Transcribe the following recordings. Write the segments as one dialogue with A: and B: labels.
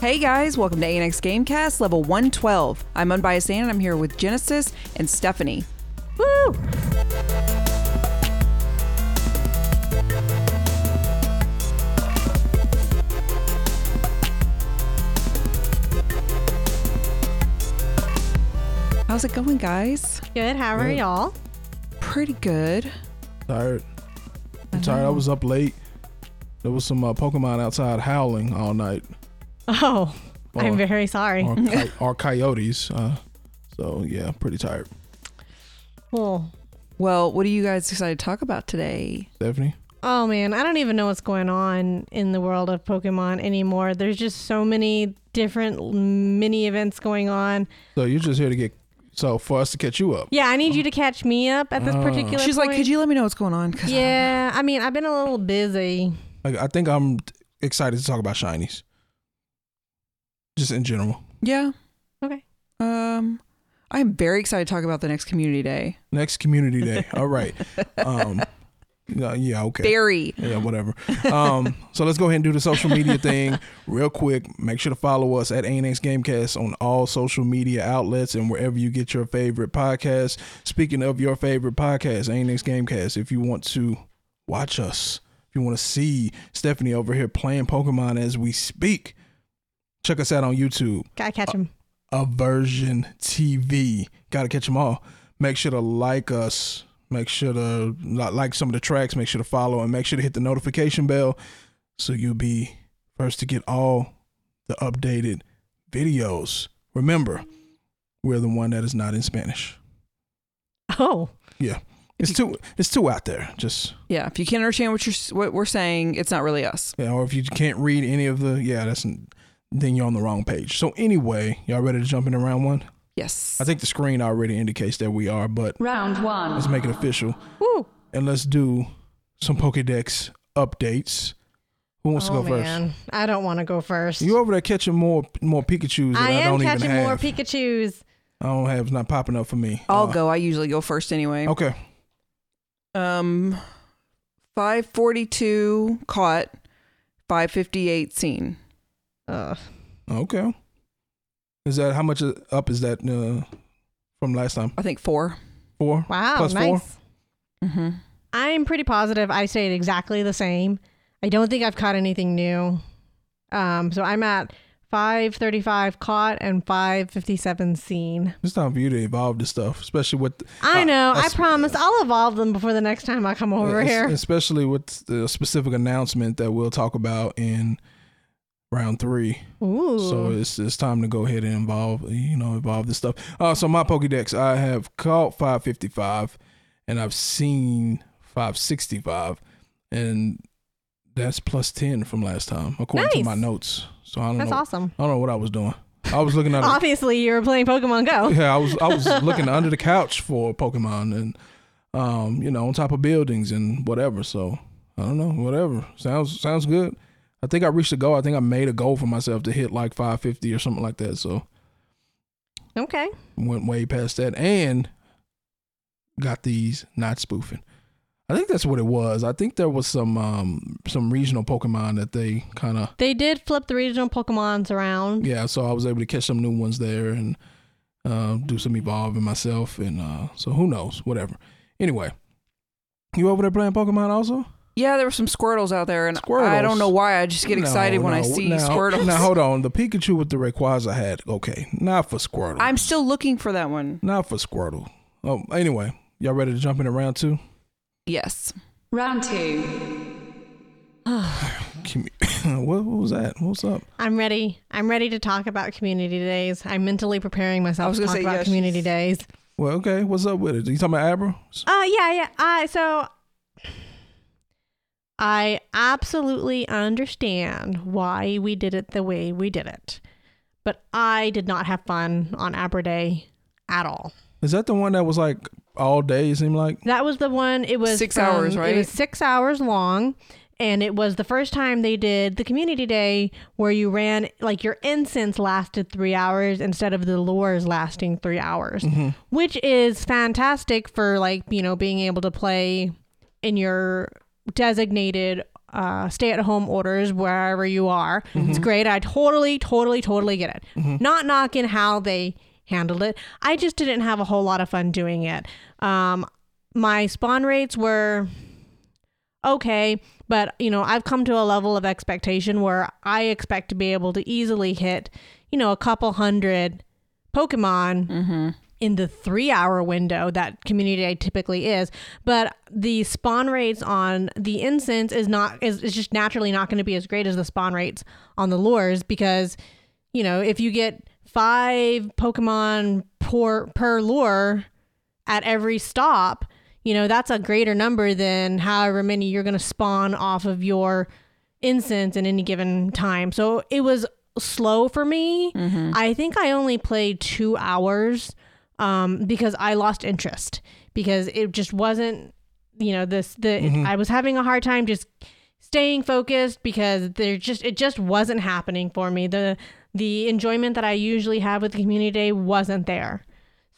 A: Hey guys, welcome to ANX Gamecast level 112. I'm Unbiased Ann and I'm here with Genesis and Stephanie. Woo! How's it going, guys?
B: Good. How are y'all?
A: Pretty good.
C: Tired. I'm tired. I
B: Uh-huh.
C: was up late. There was some uh, Pokemon outside howling all night,
B: Oh, I'm
C: Or-
B: very sorry.
C: or, coy- or coyotes. Uh, so yeah, pretty tired.
B: Well,
A: Well, what are you guys excited to talk about today?
C: Stephanie,
B: oh man, I don't even know what's going on in the world of Pokemon anymore. There's just so many different mini events going on.
C: so you're just here to get so for us to catch you up.
B: Yeah, I need you to catch me up at this
C: Oh.
B: particular.
A: She's like,
B: point.
A: could you let me know what's going on? 'Cause I-
B: Yeah, I mean, I've been a little busy.
C: Like I think I'm excited to talk about shinies, just in general.
A: yeah.
B: Okay.
A: Um, I'm very excited to talk about the next community day.
C: Next community day. All right. Um, yeah, yeah. Okay.
A: Very.
C: Yeah, whatever. Um, so let's go ahead and do the social media thing real quick. Make sure to follow us at ANX Gamecast on all social media outlets and wherever you get your favorite podcast. Speaking of your favorite podcast, ANX Gamecast, if you want to watch us, if you want to see Stephanie over here playing Pokemon as we speak, check us out on YouTube.
B: Gotta catch him.
C: Aversion TV. Got to catch them all. Make sure to like us. Make sure to li- like some of the tracks. Make sure to follow and make sure to hit the notification bell so you'll be first to get all the updated videos. Remember, we're the one that is not in Spanish.
B: Oh,
C: Yeah. It's too it's too out there. Just
A: Yeah. If you can't understand what you're s- what we're saying, it's not really us.
C: yeah, or if you can't read any of the yeah, that's then you're on the wrong page. So anyway, y'all ready to jump into round one?
A: Yes.
C: I think the screen already indicates that we are, but
D: Round one.
C: let's make it official.
B: woo.
C: and let's do some Pokedex updates. Who wants to
B: oh
C: go
B: man, I don't want to go first.
C: first? You over there catching more more Pikachu's that
B: I
C: I,
B: am
C: don't
B: catching
C: even have.
B: more Pikachu's.
C: I don't have. It's not popping up for me.
A: I'll
C: Uh,
A: go. I usually go first anyway.
C: Okay.
A: Um, five forty two caught, five fifty eight seen.
B: Ugh.
C: Okay. Is that how much up is that uh, from last time?
A: I think four.
C: Four.
B: Wow,
C: Plus
B: nice.
C: four?
A: Mm-hmm.
B: I'm pretty positive I stayed exactly the same. I don't think I've caught anything new. Um, so I'm at 535 caught and 557 seen.
C: It's time for you to evolve this stuff, especially with.
B: I
A: Ah,
C: uh,
B: know. I
C: es-
B: promise I'll evolve them before the next time I come over
C: uh, es-
B: here.
C: Especially with the specific announcement that we'll talk about in round three.
B: Ooh.
C: So it's it's time to go ahead and involve you know involve this stuff. Uh, so my Pokédex, I have caught 555, and I've seen 565, and that's plus 10 from last time according to
B: Nice.
C: my notes. So I don't
B: That's
C: know.
B: awesome.
C: I don't know what I was doing. I was looking at a,
B: Obviously, you were playing Pokemon Go.
C: yeah, I was I was looking under the couch for Pokemon and um you know on top of buildings and whatever. So I don't know whatever sounds sounds good. I think I reached a goal. I think I made a goal for myself to hit like 550 or something like that. So
B: Okay.
C: went way past that and got these not spoofing. I think that's what it was. I think there was some um some regional Pokemon that they kind of
B: They did flip the regional Pokemons around.
C: yeah. So I was able to catch some new ones there and uh, do some evolving myself. And uh, so who knows, whatever. Anyway, you over there playing Pokemon also?
A: Yeah, there were some squirtles out there, and I
C: Squirtles?
A: don't know why. I just get
C: No,
A: excited when I
C: no,
A: see
C: now,
A: squirtles.
C: Now hold on, the Pikachu with the Rayquaza had okay, not for Squirtle.
A: I'm still looking for that one.
C: not for Squirtle. Oh, anyway, y'all ready to jump into round two?
A: Yes.
D: Round two.
C: Commu- what, what was that? What's up?
B: I'm ready. I'm ready to talk about community days. I'm mentally preparing myself
A: I was
B: to
A: gonna
B: talk
A: say,
B: about
A: yeah,
B: community
A: she's-
B: days.
C: Well, okay, what's up with it? You talking about Abra?
B: Uh yeah, yeah. I so I absolutely understand why we did it the way we did it. But I did not have fun on Abra Day at all.
C: Is that the one that was like all day? It seemed like.
B: That was the one it was
A: Six
B: from-
A: hours, right?
B: It was six hours long. And it was the first time they did the community day where you ran like your incense lasted three hours instead of the lures lasting three hours.
A: Mm-hmm.
B: which is fantastic for like you know being able to play in your designated uh, stay-at-home orders wherever you are.
A: Mm-hmm.
B: It's great. I totally, totally, totally get
C: Mm-hmm.
B: it. Not knocking how they handled it. I just didn't have a whole lot of fun doing it. Um, my spawn rates were okay, but you know, I've come to a level of expectation where I expect to be able to easily hit, you know, a couple hundred Pokemon
A: Mm-hmm.
B: in the three hour window that community day typically is. But the spawn rates on the incense is not is, is just naturally not going to be as great as the spawn rates on the lures because, you know, if you get five Pokemon per per lure at every stop, you know, that's a greater number than however many you're going to spawn off of your incense in any given time. So it was slow for me.
A: Mm-hmm.
B: I think I only played two hours um, because I lost interest because it just wasn't, you know, this, the, I was having a hard time just staying focused because there just, it just wasn't happening for me. The, the enjoyment that I usually have with the community day wasn't there.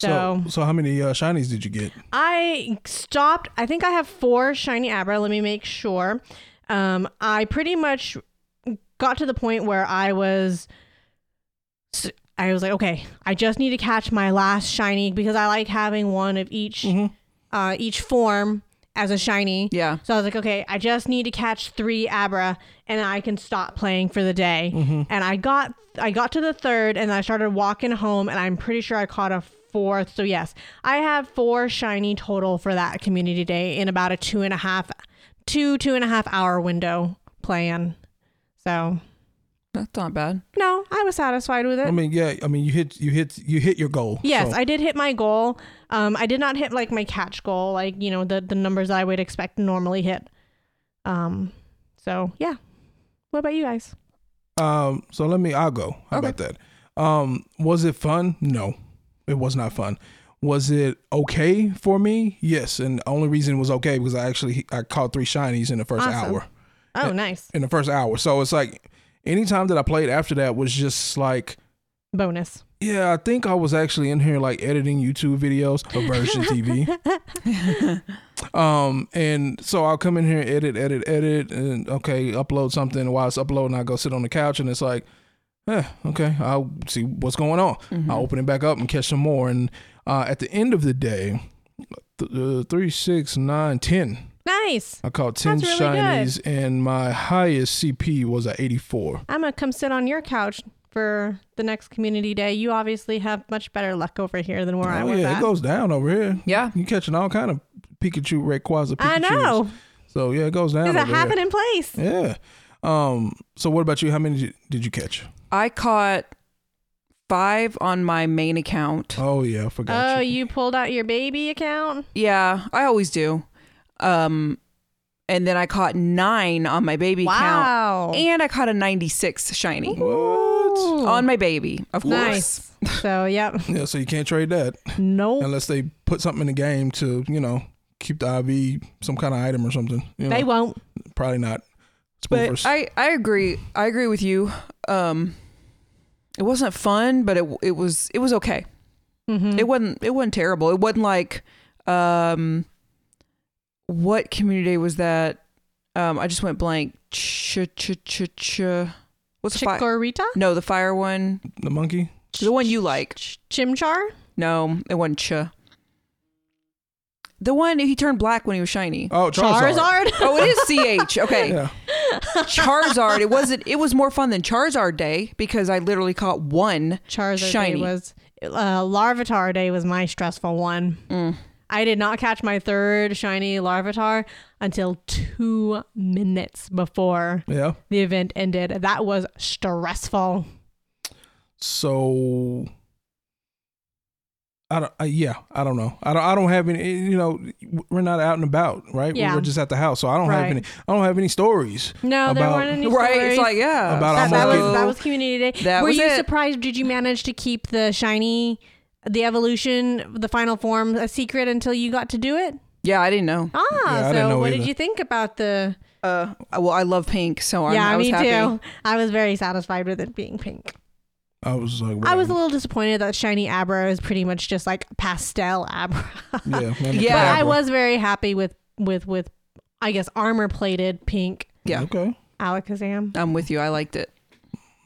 C: So, so, how many uh, shinies did you get?
B: I stopped. I think I have four shiny Abra. Let me make sure. Um, I pretty much got to the point where I was. I was like, okay, I just need to catch my last shiny because I like having one of each,
A: Mm-hmm.
C: Mm-hmm.
B: uh, each form as a shiny.
A: Yeah.
B: So I was like, okay, I just need to catch three Abra, and I can stop playing for the day.
C: Mm-hmm.
B: And I got, I got to the third, and I started walking home, and I'm pretty sure I caught a fourth. So yes, I have four shiny total for that community day in about a two and a half, two two and a half hour window plan. So
A: That's not bad.
B: no, I was satisfied with it.
C: I mean, yeah, I mean, you hit, you hit, you hit your goal.
B: Yes,
C: Um, So-
B: I did hit my goal. Um, I did not hit like my catch goal, like you know the the numbers I would expect to normally hit. Um, so yeah. What about you guys?
C: Um, so let me, I'll go. How about that? Um, was it fun? No, it was not fun. Was it okay for me? Yes, and the only reason it was okay because I actually I caught three shinies in the first
B: Awesome.
C: hour.
B: Oh, nice
C: In the first hour, so it's like any time that I played after that was just like,
B: bonus.
C: yeah, I think I was actually in here like editing YouTube videos of version TV.
A: Mm-hmm.
C: um, and so I'll come in here, edit, edit, edit, and okay, upload something. While it's uploading, I go sit on the couch, and it's like, eh, okay, I'll see what's going on.
B: Mm-hmm.
C: I'll open it back up and catch some more. And uh, at the end of the day, th- uh, three, six, nine, ten.
B: Nice.
C: I caught ten
B: That's really good.
C: shinies, and my highest CP was at eighty-four.
B: I'm gonna come sit on your couch for the next community day. You obviously have much better luck over here than where I
C: Oh
B: was
C: yeah,
B: at.
C: it goes down over here.
A: Yeah.
C: you catching all kind of Pikachu, Rayquaza, Pikachu.
B: I know.
C: So yeah, it goes down.
B: Does it
C: over here.
B: happen in place?
C: Yeah. Um. So what about you? How many did you, did you catch?
A: I caught five on my main account.
C: Oh yeah, I forgot.
B: Oh,
C: you.
B: you pulled out your baby account?
A: Yeah, I always do. Um, and then I caught nine on my baby
B: Wow.
A: count, and I caught a 96 shiny
C: What?
B: Ooh.
A: on my baby. Of course,
B: nice. so, yep.
C: Yeah. So you can't trade that
B: Nope.
C: unless they put something in the game to you know keep the IV some kind of item or something. You know,
B: They won't.
C: probably not.
A: but
C: Spoofers.
A: I I agree. I agree with you. Um, it wasn't fun, but it it was it was okay.
B: Mm-hmm.
A: It wasn't it wasn't terrible. It wasn't like um, what community day was that? Um, I just went blank. Ch ch ch ch. What's the fire?
B: Chikorita?
A: No, the fire one.
C: the monkey.
A: The one you like.
B: Chimchar?
A: No, it wasn't Ch. The one he turned black when he was shiny.
C: Oh, Charizard.
B: Charizard?
A: Oh, it is CH. Okay.
C: Yeah.
A: Charizard. It wasn't it was more fun than Charizard Day because I literally caught one
B: Charizard
A: Shiny.
B: Day was uh, Larvitar Day was my stressful one. I did not catch my third shiny Larvitar until two minutes before
C: Yeah.
B: the event ended. That was stressful.
C: So I don't. I, yeah, I don't know. I don't. I don't have any. eh, You know, we're not out and about, right?
B: Yeah.
C: We're just at the house, so I don't have
B: Right.
C: any. I don't have any stories.
B: No, there
C: About-
B: weren't any
A: right.
B: stories.
A: It's like yeah.
C: About
B: that,
C: almost
B: that was
C: getting-
B: that was community day.
A: That
B: Were
A: was
B: you
A: it.
B: surprised? Did you manage to keep the shiny, the evolution, the final form a secret until you got to do it?
A: yeah. I didn't know.
B: Ah,
C: Yeah, I didn't
B: so
C: know
B: what
C: either.
B: did you think about the?
A: Uh, well, I love pink, so I'm,
B: yeah,
A: I was
B: me
A: happy.
B: too. I was very satisfied with it being pink.
C: I was like,
B: I was a
C: whatever.
B: little disappointed that shiny Abra is pretty much just like pastel Abra.
C: yeah, man,
A: Yeah.
B: but I
C: crap.
B: was very happy with with with I guess armor plated pink
A: Yeah.
C: Okay.
B: Alakazam.
A: I'm with you. I liked it.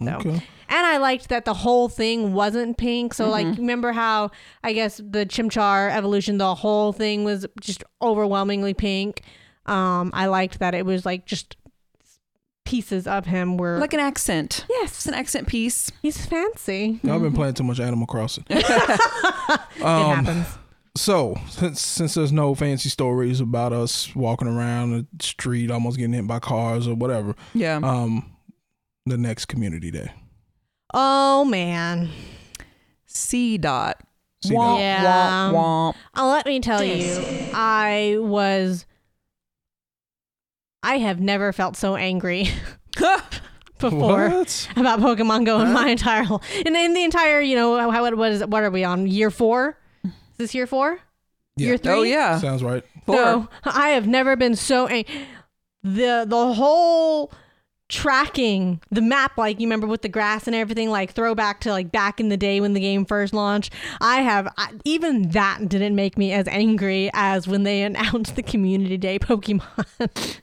B: No.
C: Okay.
B: And I liked that the whole thing wasn't pink. So, like, remember how I guess the Chimchar evolution, the whole thing was just overwhelmingly pink. Um, I liked that it was like just pieces of him were
A: Like an accent. It's
B: yes,
A: an accent piece.
B: he's fancy.
C: Y'all been playing too much Animal Crossing.
B: it
C: um,
B: happens.
C: so since since there's no fancy stories about us walking around the street almost getting hit by cars or whatever,
A: Yeah.
C: um, the next community day.
B: Oh man.
A: C dot.
C: C
A: Womp,
C: dot.
B: Yeah.
A: womp, womp.
B: Uh, let me tell you, I was. I have never felt so angry before
C: What?
B: about Pokemon Go in my entire life. And in the entire, you know, how, what is what are we on? Year four? Is this year four?
C: Yeah.
B: Year three?
A: Oh yeah.
C: Sounds right.
A: Four.
B: No, I have never been so angry. The the whole tracking the map, like you remember with the grass and everything, like throwback to like back in the day when the game first launched. I have I, even that didn't make me as angry as when they announced the community day Pokemon.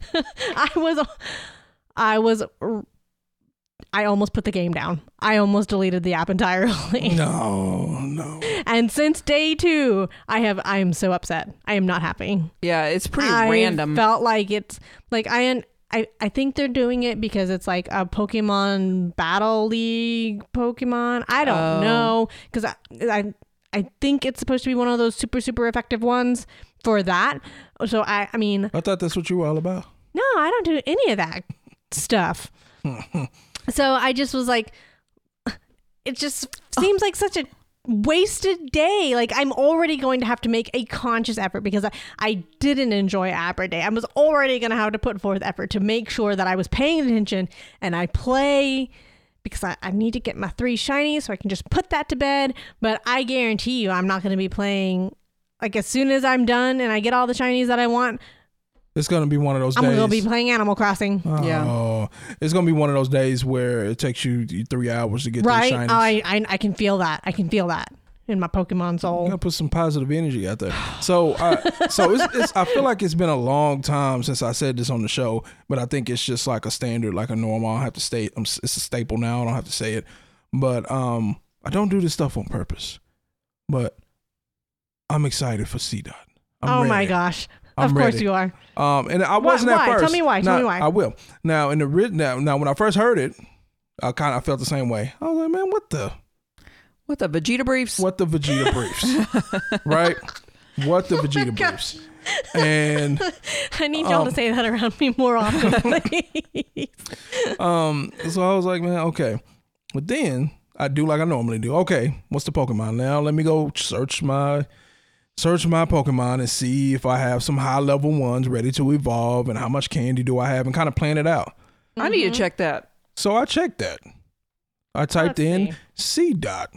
B: I was, I was. I almost put the game down. I almost deleted the app entirely.
C: No, no.
B: And since day two, I have I am so upset. I am not happy.
A: Yeah. It's pretty
B: I
A: random.
B: Felt like it's like I I I think they're doing it because it's like a Pokemon Battle League Pokemon. I don't
A: Oh.
B: know because I, I I think it's supposed to be one of those super super effective ones for that. So I I mean
C: I thought that's what you were all about.
B: no, I don't do any of that stuff. so I just was like, it just seems like such a wasted day. Like I'm already going to have to make a conscious effort because I, I didn't enjoy Abra Day. I was already going to have to put forth effort to make sure that I was paying attention and I play because I, I need to get my three shinies so I can just put that to bed. But I guarantee you, I'm not going to be playing. Like as soon as I'm done and I get all the shinies that I want,
C: It's gonna be one of those
B: I'm
C: days.
B: gonna be playing Animal Crossing.
A: Yeah.
C: Oh, it's gonna be one of those days where it takes you three hours to get to
B: right
C: the shinies.
B: I, I i can feel that i can feel that in my pokemon
C: You
B: soul
C: gotta put some positive energy out there. So, I, so it's, it's, I feel like it's been a long time since I said this on the show, but I think it's just like a standard, like a norm. I don't have to state. I'm, s- it's a staple now. I don't have to say it, but um, I don't do this stuff on purpose. But I'm excited for C dot.
B: oh my gosh
C: I'm
B: of course
C: ready.
B: you are
C: Um, and I wasn't
B: why?
C: at
B: Tell
C: first.
B: me why. Tell
C: Now,
B: me why.
C: I will. Now in the writ- now, now when I first heard it, I kind of felt the same way. I was like, man, what the
A: What the Vegeta briefs?
C: what the Vegeta briefs, right? What the
B: Oh
C: Vegeta briefs, and
B: i need y'all
C: Um,
B: to say that around me more often please.
C: um, so I was like, man, okay. But then I do like I normally do. Okay, what's the Pokemon now? Let me go search my search my Pokemon and see if I have some high level ones ready to evolve, and how much candy do I have, and kind of plan it out.
A: I
B: Mm-hmm.
A: need to check that.
C: So I checked that. I typed
B: Let's
C: in C dot,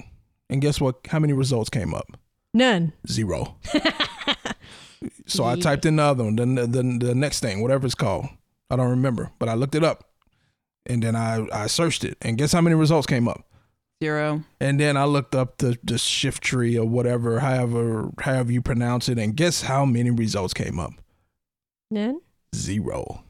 C: and guess what? How many results came up?
B: none
C: Zero. so I typed in the other one, the, the, the next thing, whatever it's called. I don't remember, but I looked it up, and then I I searched it, and guess how many results came up?
A: Zero.
C: And then I looked up the, the shift tree or whatever, however however you pronounce it, and guess how many results came up?
B: none
C: Zero.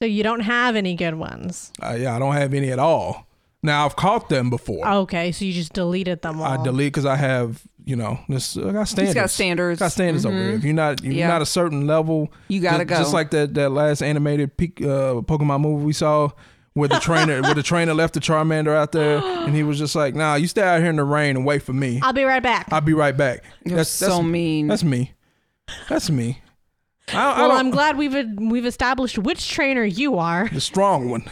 B: so you don't have any good ones
C: I, yeah, I don't have any at all. Now I've caught them before.
A: Oh,
B: okay so you just deleted them all
C: I delete because I have, you know, this I got standards.
A: He's got standards. Mm-hmm.
C: Got standards over here. If you're not, if
A: Yeah.
C: you're not a certain level,
A: You gotta
C: just,
A: go.
C: Just like that that last animated peak, uh, Pokemon movie we saw, where the trainer, where the trainer left the Charmander out there, and he was just like, "Nah, you stay out here in the rain and wait for me.
B: i'll be right back
C: I'll be right back."
A: You're so mean.
C: That's me. That's me. I, I
B: well
C: don't,
B: i'm glad we've we've established which trainer you are
C: the strong one.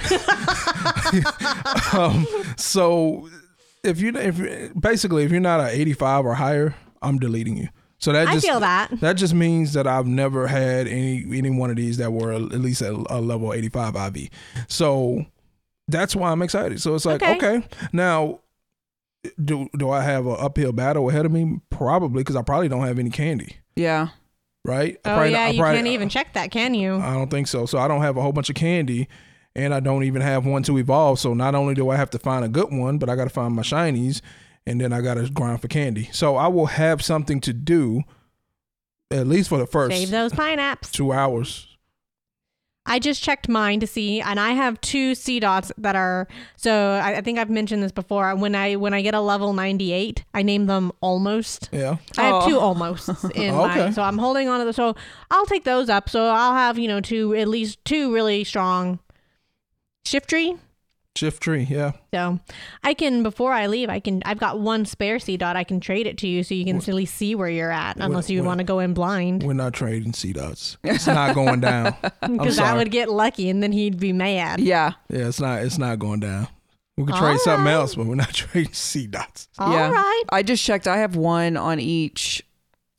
C: um, so if you if basically if you're not an 85 or higher, I'm deleting you. So that
B: I
C: just
B: feel that.
C: just means that I've never had any any one of these that were at least at a level 85 IV. So that's why I'm excited. So it's like okay,
B: Okay.
C: now. Do do I have an uphill battle ahead of me? Probably because I probably don't have any candy,
A: yeah.
C: right? I
B: oh
C: probably-
B: yeah
C: I
B: you
C: probably- Uh,
B: can't even check that can you
C: I don't think so. So I don't have a whole bunch of candy, and I don't even have one to evolve. So not only do I have to find a good one, but I got to find my shinies, and then I got to grind for candy. So I will have something to do, at least for the first
B: save those pineapps
C: two hours.
B: I just checked mine to see, and I have two C dots that are. So I, I think I've mentioned this before. When I when I get a level ninety eight, I name them almost.
C: Yeah.
B: I have
A: Oh.
B: two almost in
C: Okay.
B: mine, so I'm holding on to the. So I'll take those up. So I'll have you know two at least two really strong shift tree.
C: Shift tree. Yeah.
B: So I can before I leave, I can I've got one spare C dot. I can trade it to you so you can really see where you're at, unless you
C: wh-
B: want to go in blind
C: We're not trading C dots. It's not going down. I'm
B: because I
C: sorry.
B: would get lucky and then he'd be mad.
A: Yeah.
C: Yeah, it's not. It's not going down. We could
B: All
C: trade something
B: right.
C: else, but we're not trading C dots.
B: All right.
A: yeah. I just checked. I have one on each,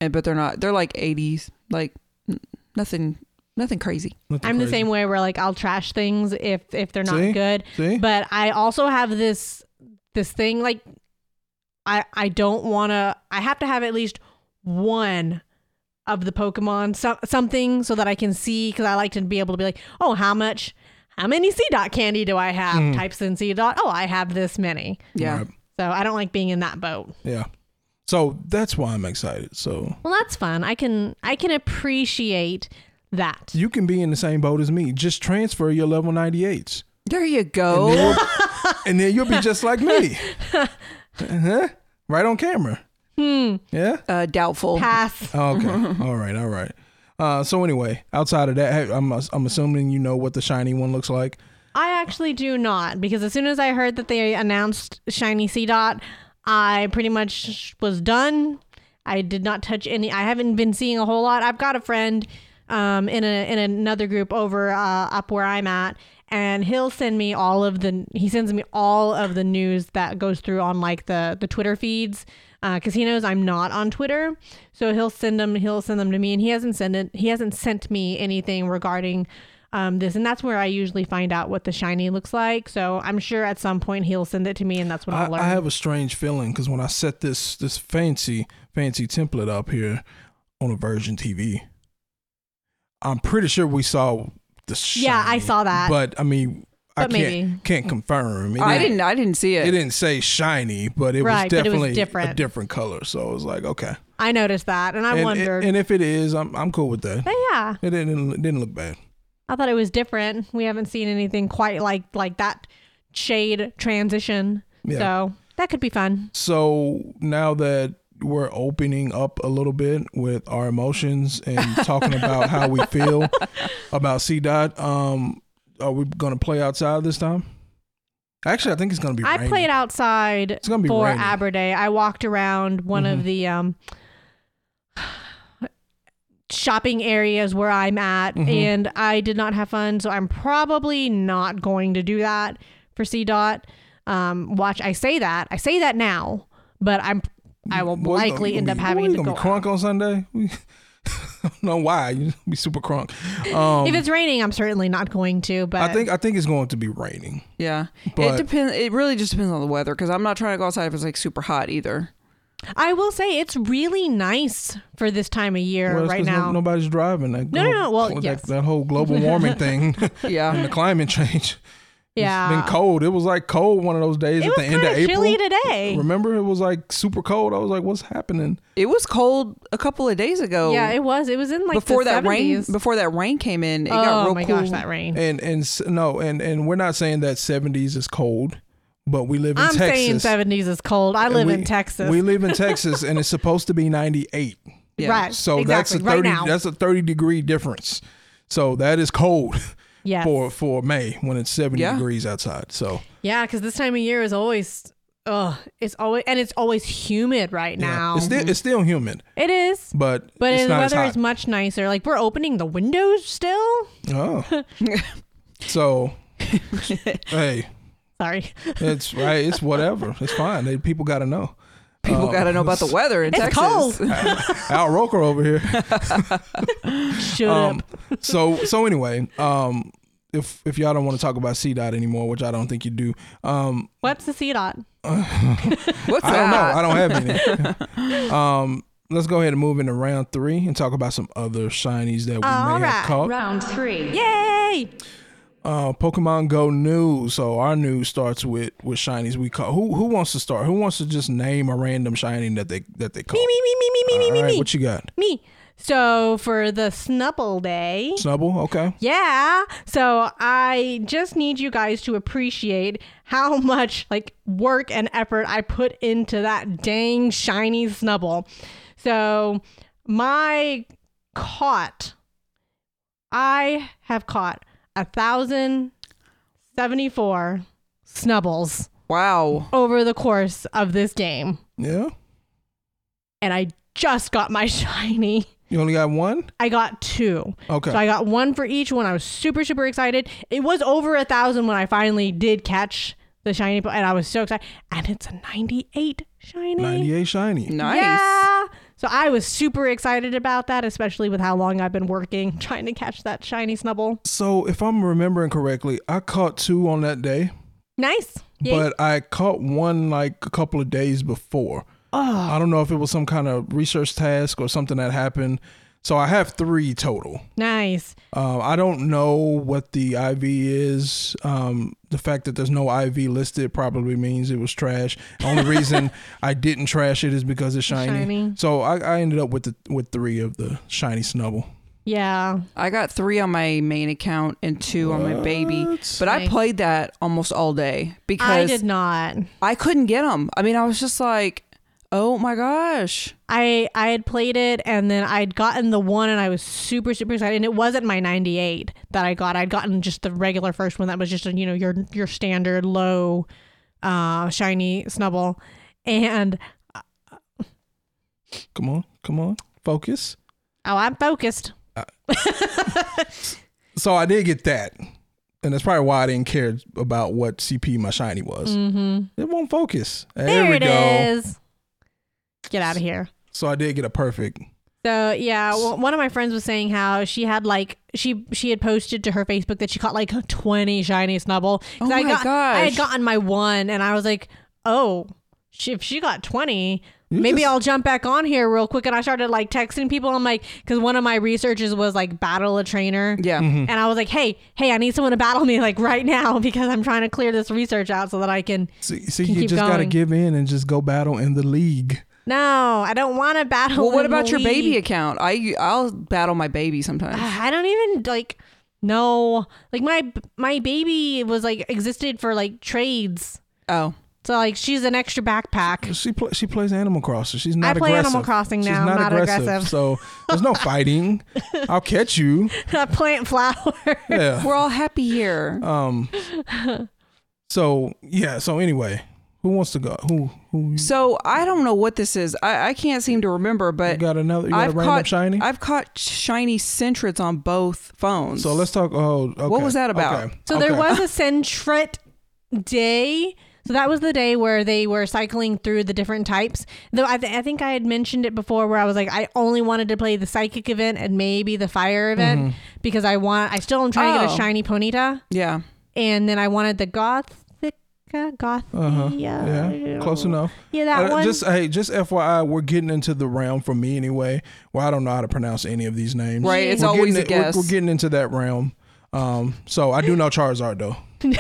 A: and but they're not. They're like 80s. Like n- nothing. Nothing crazy.
C: Nothing
B: I'm the
C: crazy.
B: same way where like I'll trash things if if they're not
C: See?
B: good.
C: See?
B: But I also have this this thing like I I don't want to I have to have at least one of the Pokemon so, something so that I can see cuz I like to be able to be like, "Oh, how much how many C dot candy do I have?" Types in C dot. "Oh, I have this many."
A: Yeah.
C: Right.
B: So I don't like being in that boat.
C: Yeah. So that's why I'm excited. So
B: Well, that's fun. I can I can appreciate that.
C: you can be in the same boat as me. Just transfer your level 98s,
A: There you
B: Oh.
A: go.
C: and then you'll be just like me. huh? Right on camera. Hmm. Yeah.
A: Uh, doubtful.
B: Pass.
C: Okay. all right. All right. Uh, so anyway, outside of that, hey, I'm I'm assuming you know what the shiny one looks like.
B: I actually do not because as soon as I heard that they announced Shiny C Dot, I pretty much was done. I did not touch any. I haven't been seeing a whole lot. I've got a friend um, in a in another group over uh, up where I'm at, and he'll send me all of the. He sends me all of the news that goes through on like the the Twitter feeds because he knows I'm not on Twitter, so he'll send them. He'll send them to me, and he hasn't sent it. He hasn't sent me anything regarding um, this, and that's where I usually find out what the shiny looks like. So I'm sure at some point he'll send it to me, and that's when I,
C: I,
B: will learn.
C: I have a strange feeling because when I set this this fancy fancy template up here on a Virgin TV, I'm pretty sure we saw the
B: Yeah, I
C: shiny,
B: saw that.
C: But I mean, I
B: But
C: can't
B: maybe.
C: can't confirm. It
A: I didn't. I didn't see
C: It didn't say shiny, but it
B: Right,
C: was
B: but it was
C: definitely a
B: different.
C: different color. So I was like, okay.
B: I noticed that, and I
C: and,
B: wondered.
C: and if it is, I'm I'm cool with that.
B: but yeah,
C: It didn't it didn't look bad.
B: I thought it was different. We haven't seen anything quite like like that shade transition.
C: Yeah.
B: So that could be fun.
C: So now that we're opening up a little bit with our emotions and talking about how we feel about C dot, um, are we gonna play outside this time? Actually, I think it's gonna be.
B: I
C: raining.
B: played outside
C: gonna be
B: for
C: raining. Mm-hmm.
B: Aberday. I walked around one of the um, shopping areas where I'm at,
C: Mm-hmm.
B: and I did not have fun. So I'm probably not going to do that for C dot. Um, watch, I say that. I say that now, but I'm I will
C: Well, Mm, you
B: likely
C: gonna-
B: end
C: you
B: up
C: gonna
B: having
C: be,
B: to
C: what,
B: go.
C: you gonna be crunk on Sunday. We- I don't know why you be super crunk. Um,
B: If it's raining, I'm certainly not going to. But
C: I think I think it's going to be raining.
A: Yeah.
C: But-
A: it depends. It really just depends on the weather because I'm not trying to go outside if it's like super hot either.
B: I will say it's really nice for this time of year
C: Well, it's
B: right
C: 'cause no-
B: now.
C: nobody's driving. That
B: No, no, no. Well,
C: that,
B: yes.
C: that whole global warming thing and the
A: Yeah.
C: climate change.
B: yeah,
C: It's been cold. It was like cold one of those days
B: It
C: at
B: was
C: the end of
B: kinda
C: April.
B: chilly today.
C: Remember, it was like super cold. I was like, "What's happening?"
A: it was cold a couple of days ago.
B: Yeah, it was. It was in like
A: before
B: the
A: that
B: 70s.
A: rain, before that rain came in, it
B: oh
A: got real
B: my
A: cool.
B: gosh, that rain.
C: And and s- no, and and we're not saying that seventies is cold, but we live in
B: I'm
C: Texas.
B: saying 70s is cold. I
C: and
B: live
C: we-
B: in Texas.
C: We live in Texas, and it's supposed to be ninety eight.
A: Yeah.
B: Right.
C: So that's a
B: exactly.
C: thirty.
B: right now.
C: that's a thirty degree difference. So that is cold
B: yes.
C: for for May when it's seventy
A: Yeah.
C: degrees outside. So
B: Yeah, because this time of year is always, ugh, it's always, and it's always humid right
C: yeah.
B: now.
C: it's still it's still humid,
B: It is.
C: but
B: But
C: it's
B: the
C: not as
B: weather
C: hot.
B: is much nicer. Like we're opening the windows still.
C: Oh. so, hey,
B: Sorry.
C: it's right. It's whatever. It's fine. They, people got to know. Oh.
A: People got to know about the weather in
B: It's
A: Texas.
B: cold.
C: Um, Al Roker over here.
B: Shut
C: Um,
B: up.
C: so, so anyway, um, if if y'all don't want to talk about C dot anymore, which I don't think you do, um,
B: What's the C dot?
A: What's
C: I don't know.
A: that?
C: I don't have any. um, let's go ahead and move into round three and talk about some other shinies that we
B: All
C: may
B: right,
C: have caught.
D: Round three.
B: Yay!
C: Uh, Pokemon Go news. So our news starts with with shinies we call. Who who wants to start? Who wants to just name a random shiny that they that they call?
B: Me me me me me me me me.
C: What you got?
B: me. So for the snubble day,
C: Snubble, okay.
B: yeah. So I just need you guys to appreciate how much like work and effort I put into that dang shiny snubble. So my caught, I have caught a thousand seventy four snubbles
A: Wow.
B: over the course of this game,
C: Yeah.
B: and I just got my shiny.
C: You only got one?
B: I got two.
C: Okay.
B: So I got one for each one. I was super, super excited. It was over a thousand when I finally did catch the shiny, po- and I was so excited. And it's a 98 shiny.
C: 98 shiny.
A: Nice.
B: Yeah. So I was super excited about that, especially with how long I've been working trying to catch that shiny snubble.
C: So, if I'm remembering correctly, I caught two on that day,
B: Nice. Yay.
C: but I caught one like a couple of days before. I don't know if it was some kind of research task or something that happened. So, I have three total.
B: nice.
C: Uh, I don't know what the IV is. Um, the fact that there's no IV listed probably means it was trash. The only reason I didn't trash it is because it's shiny.
B: Shiny.
C: So I, I ended up with the with three of the shiny snubble.
B: Yeah.
A: I got three on my main account and two on my baby.
C: What?
A: But I
B: Nice.
A: played that almost all day
B: I
A: because
B: did not.
A: I couldn't get them. I mean, I was just like, oh my gosh.
B: I I had played it and then I'd gotten the one and I was super super excited and it wasn't my 98 that I got. I'd gotten just the regular first one that was just a, you know your your standard low uh shiny snubble and
C: Come on, come on, focus.
B: oh I'm focused.
C: So I did get that, and that's probably why I didn't care about what CP my shiny was.
B: Mhm.
C: It won't focus. There,
B: There
C: we
B: it is.
C: go.
B: Get out of here.
C: So I did get a perfect.
B: So yeah, well, one of my friends was saying how she had like she she had posted to her Facebook that she caught like twenty shiny snubble. 'Cause
A: Oh
B: I
A: my
B: got, I had
A: gosh.
B: gotten my one, and I was like, oh, she, if she got twenty,
C: You
B: maybe
C: just-
B: I'll jump back on here real quick. And I started like texting people. I'm like, because one of my researches was like battle a trainer.
A: Yeah.
C: Mm-hmm.
B: And I was like, hey, hey, I need someone to battle me like right now because I'm trying to clear this research out so that I can.
C: See, see
B: Can
C: you
B: keep
C: just gotta
B: going.
C: give in and just go battle in the league.
B: No, I don't want to battle.
A: Well, what
B: in the
A: about your baby
B: league.
A: account? I I'll battle my baby sometimes.
B: Ah, I don't even like know. Like my my baby was like existed for like trades.
A: Oh,
B: So like she's an extra backpack.
C: She play, she plays Animal Crossing. She's not.
B: play
C: aggressive.
B: Animal Crossing
C: She's
B: now,
C: not,
B: not
C: aggressive,
B: aggressive.
C: So there's no fighting. I'll catch you.
B: A plant flower.
C: Yeah.
A: we're all happy here.
C: Um. So yeah. So anyway, who wants to go? Who who you
A: So I don't know what this is. I, I can't seem to remember,
B: Uh,
A: but
C: got another? You got
A: I've
C: a random
A: caught
C: shiny.
A: I've caught shiny centrets on both phones.
C: so let's talk. Oh, okay,
A: was that about?
C: okay,
B: So there
C: okay.
B: was a Centret day. So that was the day where they were cycling through the different types. Though I, th- I think I had mentioned it before, where I was like, I only wanted to play the psychic event and maybe the fire event
C: Mm-hmm.
B: because I want. I still am trying to get a
A: Oh.
B: shiny Ponyta,
A: yeah.
B: and then I wanted the Gothica, Gothia.
C: Uh-huh. Yeah, close enough.
B: Yeah, that
C: Uh,
B: one.
C: Just hey, just FYI, we're getting into the realm for me anyway. Well, I don't know how to pronounce any of these names.
A: Right, it's
C: We're getting
A: always a
C: it- we're-
A: guess.
C: We're, getting into that realm. Um, so I do know Charizard though.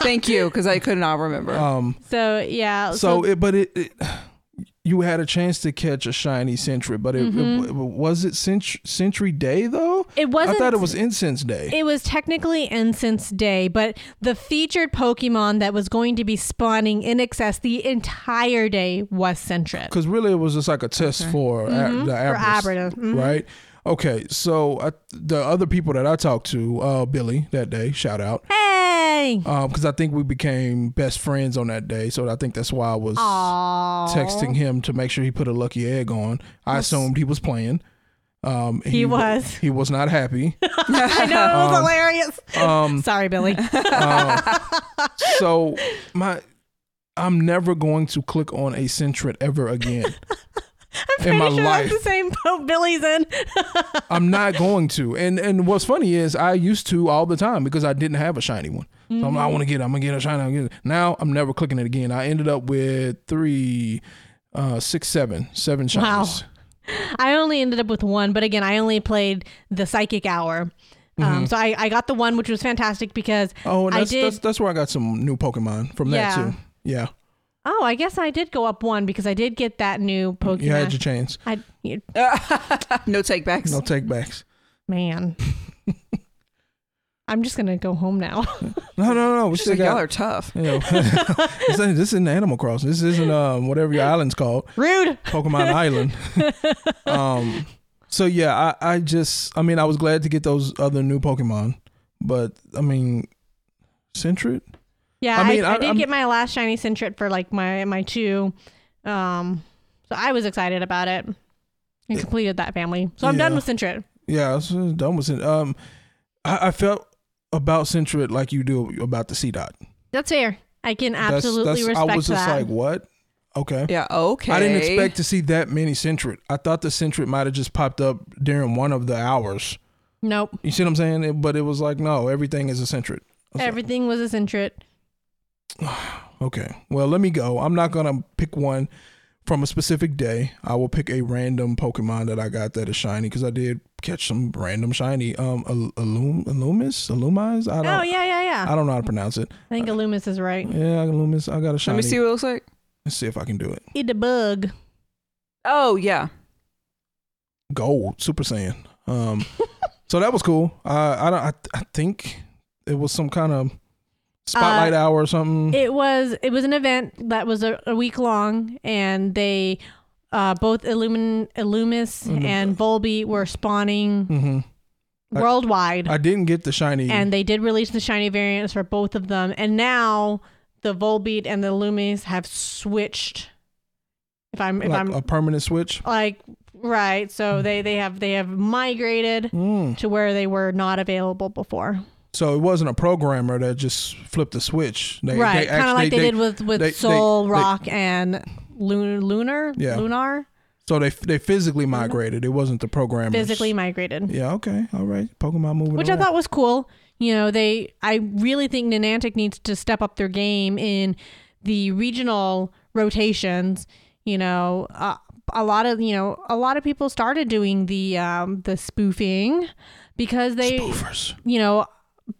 A: Thank you, because I could not remember.
C: Um,
B: Oh, so yeah.
C: so it, but it, it, you had a chance to catch a shiny Sentry, but it, it- was it Sentry, Sentry Day though?
B: Mm-hmm. It
C: I
B: wasn't-
C: thought it was Incense Day.
B: It was technically Incense Day, but the featured Pokemon that was going to be spawning in excess the entire day was Sentret.
C: because really it was just like a test for a-
B: Mm-hmm.
C: the Abras,
B: Abra, mhm.
C: right? Okay, so I, the other people that I talked to, uh, Billy that day, shout out,
B: Hey!
C: because I think we became best friends on that day, so I think that's why I was
B: Aww.
C: texting him to make sure he put a lucky egg on. I assumed he was playing. Um,
B: He was.
C: He was not happy.
B: I know, it
C: Um,
B: was hilarious. Sorry, Billy.
C: uh, so my, I'm never going to click on a Centret ever again. in my
B: Pretty sure
C: life,
B: that's the same boat Billy's in.
C: I'm not going to. And and what's funny is I used to all the time because I didn't have a shiny one. So I'm like, I want to get it. I'm gonna get a shiny. I'm gonna get it. Now I'm never clicking it again. I ended up with three, uh, six, seven, seven
B: Wow.
C: shinies.
B: I only ended up with one, but again, I only played the Psychic Hour.
C: Mm-hmm.
B: Um, so I, I got the one, which was fantastic because
C: Oh, and
B: I
C: that's,
B: did.
C: that's that's where I got some new Pokemon from
B: Yeah.
C: that too. Yeah.
B: Oh, I guess I did go up one because I did get that new Pokemon.
C: You had your chance.
B: I, you-
A: no take backs.
C: No take backs.
B: man. I'm just gonna go home now.
C: No, no, no. We
A: She's
C: still
A: like, y'all
C: got.
A: are tough.
C: You know, this, ain't, this isn't Animal Crossing. This isn't um, whatever your island's called.
B: Rude.
C: Pokemon Island. um, so yeah, I, I just I mean I was glad to get those other new Pokemon, but I mean, Centret.
B: Yeah,
C: I
B: I,
C: mean,
B: I,
C: I-
B: did
C: I'm-
B: get my last shiny Sentret for like my my two, um, so I was excited about it. I completed that family, so I'm done
C: Yeah.
B: with Sentret.
C: Yeah, I was uh, done with it. Um, I, I felt about Centret like you do about the C dot.
B: That's fair. I can absolutely respect
C: I was just
B: that.
C: like, what? Okay.
A: Yeah. Okay.
C: I didn't expect to see that many Centret. I thought the Centret might have just popped up during one of the hours.
B: nope,
C: You see what I'm saying? It- but it was like, no, everything is a Centret. I was like,
B: everything was a Sentret.
C: Okay. Well, let me go. I'm not going to pick one from a specific day. I will pick a random Pokemon that I got that is shiny because I did catch some random shiny. Um, Al- Alum, Alumis? Alumise? I don't,
B: Oh yeah, yeah, yeah.
C: I don't know how to pronounce it.
B: I think Illumis is right.
C: Yeah, Alumis. I got a
A: Let
C: shiny.
A: me see what it looks like.
C: Let's see if I can do it.
B: Eat a bug.
A: Oh yeah.
C: Gold, Super Saiyan. Um, so that was cool. Uh, I don't. I, I think it was some kind of spotlight hour or something.
B: Uh, It was it was an event that was a, a week long, and they uh, both Illumin Illumis
C: Mhm.
B: and Volby were spawning
C: hmm I-
B: worldwide,
C: I didn't get the shiny.
B: and they did release the shiny variants for both of them, and now the Volbeat and the Illumis have switched. If I'm if
C: like
B: I'm
C: a Hmm. permanent switch.
B: like right, so they they have they have migrated
C: Mm.
B: to where they were not available before.
C: So it wasn't a programmer that just flipped the switch. They,
B: right,
C: act-
B: kind of like they, did with with
C: they- they-
B: Soul
C: they-
B: Rock and Lunar, Lunar,
C: Yeah.
B: Lunar,
C: So they they physically migrated. It wasn't the programmer.
B: Mm-hmm. physically migrated,
C: Yeah. Okay. All right. Pokemon moving.
B: which I
C: around.
B: thought was cool. You know, they I really think Niantic needs to step up their game in the regional rotations. You know, uh, a lot of you know a lot of people started doing the um, the spoofing because they
C: Spoofers.
B: you know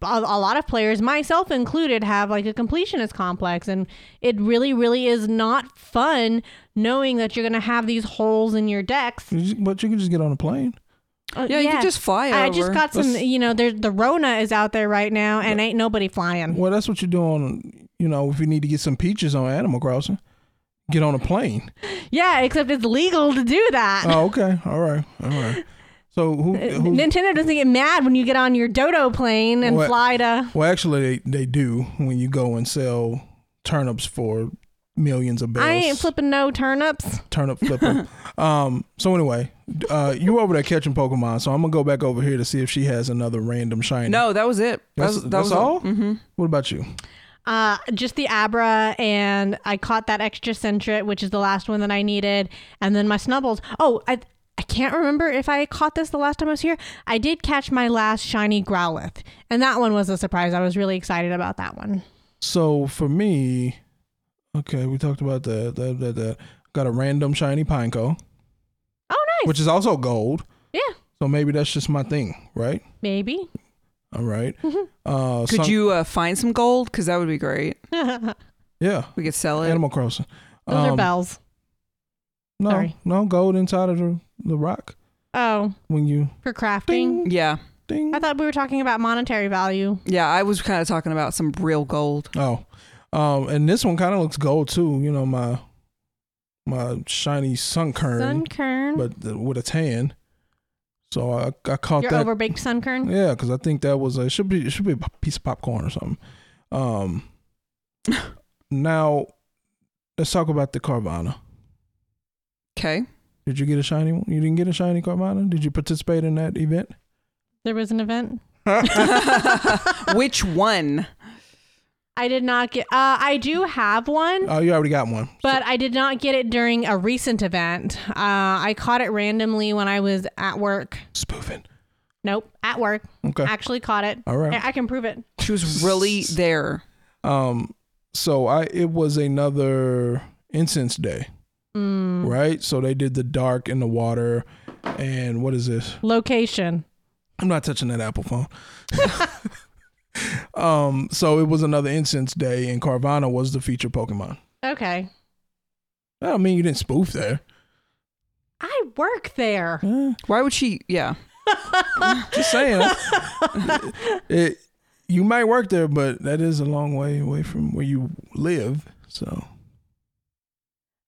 B: a, a lot of players myself included have like a completionist complex and it really really is not fun knowing that you're going to have these holes in your decks
C: You just- But you can just get on a plane.
B: Uh,
A: Yeah, you can just fly
B: I
A: over.
B: just got some,
C: Let's-
B: you know, there the Rona is out there right now, and ain't nobody flying.
C: Well, that's what you do on. You know, if you need to get some peaches on Animal Crossing, get on a plane.
B: Yeah, except it's legal to do that.
C: oh, okay. All right. All right. So who?
B: Uh,
C: who
B: Nintendo doesn't get mad when you get on your Dodo plane and
C: What?
B: fly to.
C: well, actually, they, they do when you go and sell turnips for millions of bells.
B: I ain't flipping no turnips.
C: turnip flipper. um. So anyway, uh, you were over there catching Pokemon, so I'm gonna go back over here to see if she has another random shiny.
A: No, that was it. That
C: That's-
A: was, that
C: that's
A: was
C: all?
A: Mm-hmm.
C: What about you?
B: Uh, just the Abra, and I caught that extra Sentret, which is the last one that I needed, and then my Snubbles. Oh, I I can't remember if I caught this the last time I was here. I did catch my last shiny Growlithe, and that one was a surprise. I was really excited about that one.
C: So for me, okay, we talked about the the the, the got a random shiny Pineco,
B: Oh, nice.
C: which is also gold.
B: yeah,
C: So maybe that's just my thing, right?
B: maybe.
C: All right. Uh,
A: Could
C: some-
A: you uh, find some gold? Because that would be great.
B: Those
C: Yeah,
A: We could sell it.
C: Animal Crossing.
B: are
C: Um,
B: bells.
C: No,
B: Sorry.
C: no gold inside of the, the rock
B: Oh,
C: when you
B: for crafting.
C: ding
A: Yeah,
C: ding.
B: I thought we were talking about monetary value.
A: yeah. I was kind of talking about some real gold.
C: Oh, um, and this one kind of looks gold too. You know my my shiny sunkern,
B: Sunkern.
C: but the, with a tan. So I I caught
B: Your
C: that.
B: overbaked sunkern.
C: Yeah, because I think that was a it should be it should be a piece of popcorn or something. Um, now let's talk about the Carvana.
A: Okay.
C: Did you get a shiny one? You didn't get a shiny Carvana. Did you participate in that event?
B: There was an event.
A: Which one?
B: I did not get. Uh, I do have one.
C: Oh, you already got one.
B: Mm. But I did not get it during a recent event. Uh, I caught it randomly when I was at work.
C: Spoofing.
B: Nope, at work.
C: Okay.
B: Actually caught it.
C: All right.
B: I, I can prove it.
A: She was really there.
C: Um, so I it was another incense day,
B: Mm.
C: right? So they did the dark in the water, and what is this?
B: Location.
C: I'm not touching that Apple phone. um, so it was another incense day, and Carvana was the featured Pokemon.
B: Okay.
C: I don't mean you didn't spoof there.
B: I work there.
C: Eh,
A: Why would she? Yeah.
C: just saying. it, you might work there, but that is a long way away from where you live. So,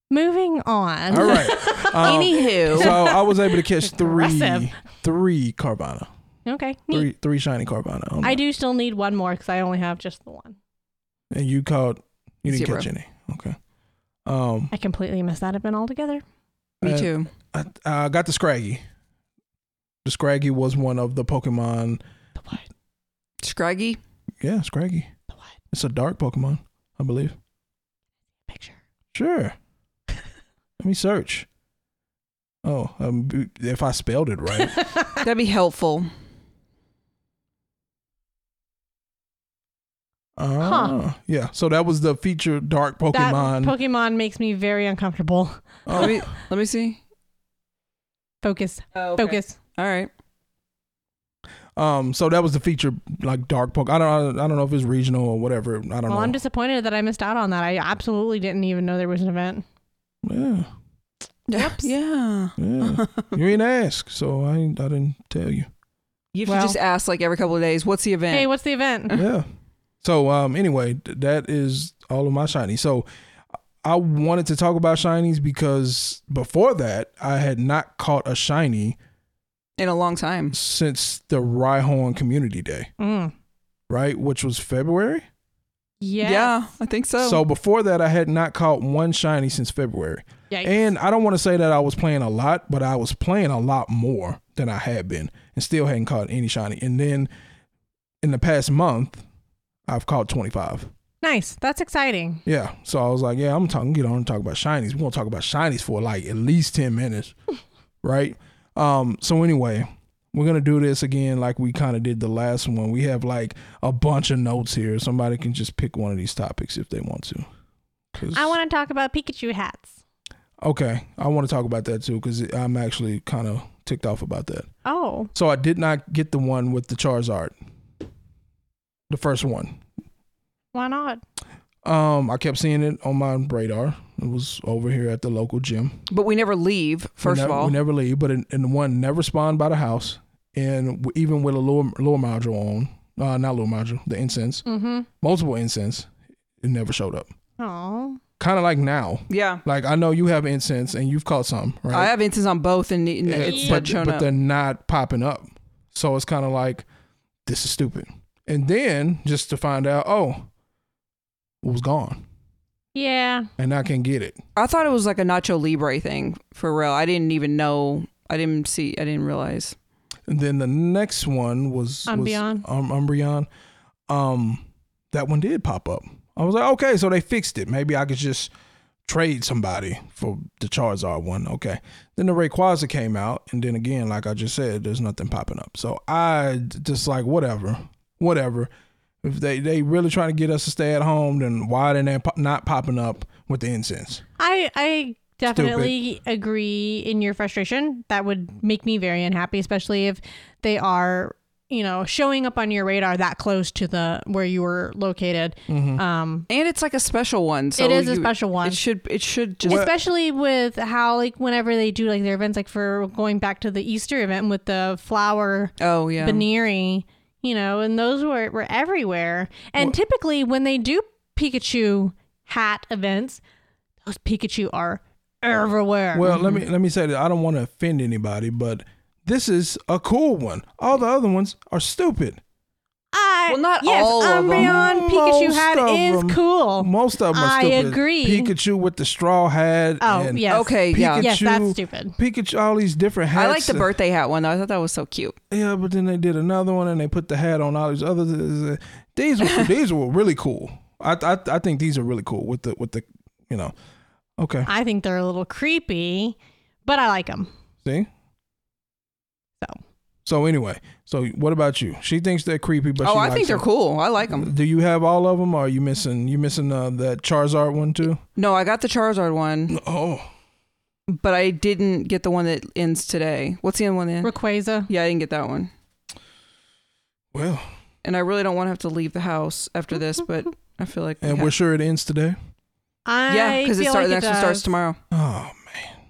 B: Moving on.
C: all right. Um,
A: Anywho,
C: so I was able to catch
B: Aggressive.
C: three, three Carvana,
B: Okay. Neat.
C: three, three shiny Carvana. Um,
B: I do still need one more because I only have just the one.
C: and you caught, you didn't
A: Zero.
C: catch any. Okay. Um,
B: I completely missed that event altogether.
A: me
C: uh,
A: too.
C: I, I got the Scraggy. The Scraggy was one of the Pokemon.
B: The what?
A: Scraggy.
C: Yeah, Scraggy.
B: The what?
C: It's a dark Pokemon, I believe.
B: Picture.
C: Sure. Let me search. Oh, um, b- if I spelled it right.
A: That'd be helpful.
C: Ah, Yeah, so that was the feature dark
B: That
C: Pokemon.
B: Pokemon makes me very uncomfortable.
A: Let
C: oh,
A: me let me see.
B: Focus.
A: Oh,
B: Focus.
A: All right.
C: um, so that was the feature like dark Pokemon. I don't, I don't know if it's regional or whatever. I don't
B: Well,
C: know.
B: I'm disappointed that I missed out on that. I absolutely didn't even know there was an event.
C: yeah,
B: Whoops.
A: Yeah.
C: yeah. you didn't ask, so I, ain't- I didn't tell you.
A: You have
B: Well.
A: to just ask like every couple of days, what's the event?
B: Hey, what's the event?
C: yeah. So um anyway, th- that is all of my shinies. So I wanted to talk about shinies because before that, I had not caught a shiny
A: In a long time.
C: since the Rhyhorn Community Day,
B: Mm.
C: right? Which was February.
B: Yes.
A: Yeah, I think so.
C: So before that, I had not caught one shiny since February.
B: Yikes.
C: And I don't want to say that I was playing a lot, but I was playing a lot more than I had been and still hadn't caught any shiny. And then in the past month, I've caught 25.
B: nice. That's exciting.
C: Yeah. So I was like, yeah, I'm talking, get on and talk about shinies. We're going to talk about shinies for like at least 10 minutes. right. Um, so anyway, we're going to do this again like we kind of did the last one. We have like a bunch of notes here. Somebody can just pick one of these topics if they want to. 'Cause-
B: I want to talk about Pikachu hats.
C: Okay. I want to talk about that too because I'm actually kind of ticked off about that.
B: Oh,
C: So I did not get the one with the Charizard, the first one.
B: why not?
C: Um, I kept seeing it on my radar. It was over here at the local gym.
A: but we never leave,
C: We
A: first
C: nev-
A: of all.
C: we never leave. But in, in one never spawned by the house, and w- even with a lower lower module on, uh, not lower module, the incense,
B: Mm-hmm.
C: multiple incense, it never showed up.
B: Oh.
C: Kind of like now.
A: yeah.
C: Like I know you have incense and you've caught some, right?
A: I have instances on both and ne-
C: Yeah,
A: it's
C: but
A: not shown
C: but
A: up.
C: they're not popping up. So it's kind of like this is stupid. And then just to find out, oh, it was gone,
B: Yeah.
C: and I can get it.
A: I thought it was like a Nacho Libre thing for real. I didn't even know. I didn't see. I didn't realize.
C: And then the next one was
B: Umbreon.
C: Was, um, Umbreon. Um, that one did pop up. I was like, okay, so they fixed it. Maybe I could just trade somebody for the Charizard one. Okay. Then the Rayquaza came out, and then again, like I just said, there's nothing popping up. So I d- just like whatever, whatever. If they they really trying to get us to stay at home, then why didn't they pop, not popping up with the incense?
B: I I definitely agree in your frustration. That would make me very unhappy, especially if they are, you know, showing up on your radar that close to the where you were located. Um,
A: And it's like a special one. Mm-hmm. So
B: it is
A: you-
B: a special one.
A: It should. It should just.
B: especially with how like whenever they do like their events like for going back to the easter event with the flower
A: oh yeah.
B: veneering you know and those were, were everywhere and typically when they do pikachu hat events those pikachu are everywhere
C: Well, let
A: Mm-hmm.
C: me let me say that I don't want to offend anybody, but this is a cool one. All the other ones are stupid.
B: I,
A: Well, not
B: yes,
A: all of 'em.
B: Umbreon pikachu
C: Most
B: hat
C: of
B: is
C: 'em.
A: Oh,
B: cool
C: Most of them are
B: I
C: stupid.
B: agree.
C: Pikachu with the straw hat.
B: oh
C: and
B: yes
A: Okay. Yeah.
C: Pikachu-
B: yes that's stupid
C: Pikachu, all these different hats.
A: I like the birthday hat one. though. I thought that was so cute.
C: Yeah, but then they did another one, and they put the hat on all these others. These were these were really cool. I, I I think these are really cool with the with the you know. Okay,
B: i think they're a little creepy but i like them
C: see.
B: so
C: So anyway, so what about you? She thinks they're creepy, but
A: oh,
C: she
A: I
C: likes Mm-hmm.
A: think they're
C: them.
A: cool. I like them.
C: Do you have all of them, or are you missing you missing uh, that Charizard one too?
A: No, I got the Charizard one,
C: Oh,
A: but I didn't get the one that ends today. What's the other one then?
B: Rayquaza.
A: Yeah, I didn't get that one.
C: well,
A: And I really don't want to have to leave the house after this, but I feel like. we
C: and
A: have-
C: we're sure it ends today.
B: I
A: yeah, because it
B: feel
A: starts. the
B: like
A: next one starts
B: does.
A: tomorrow.
C: Oh man.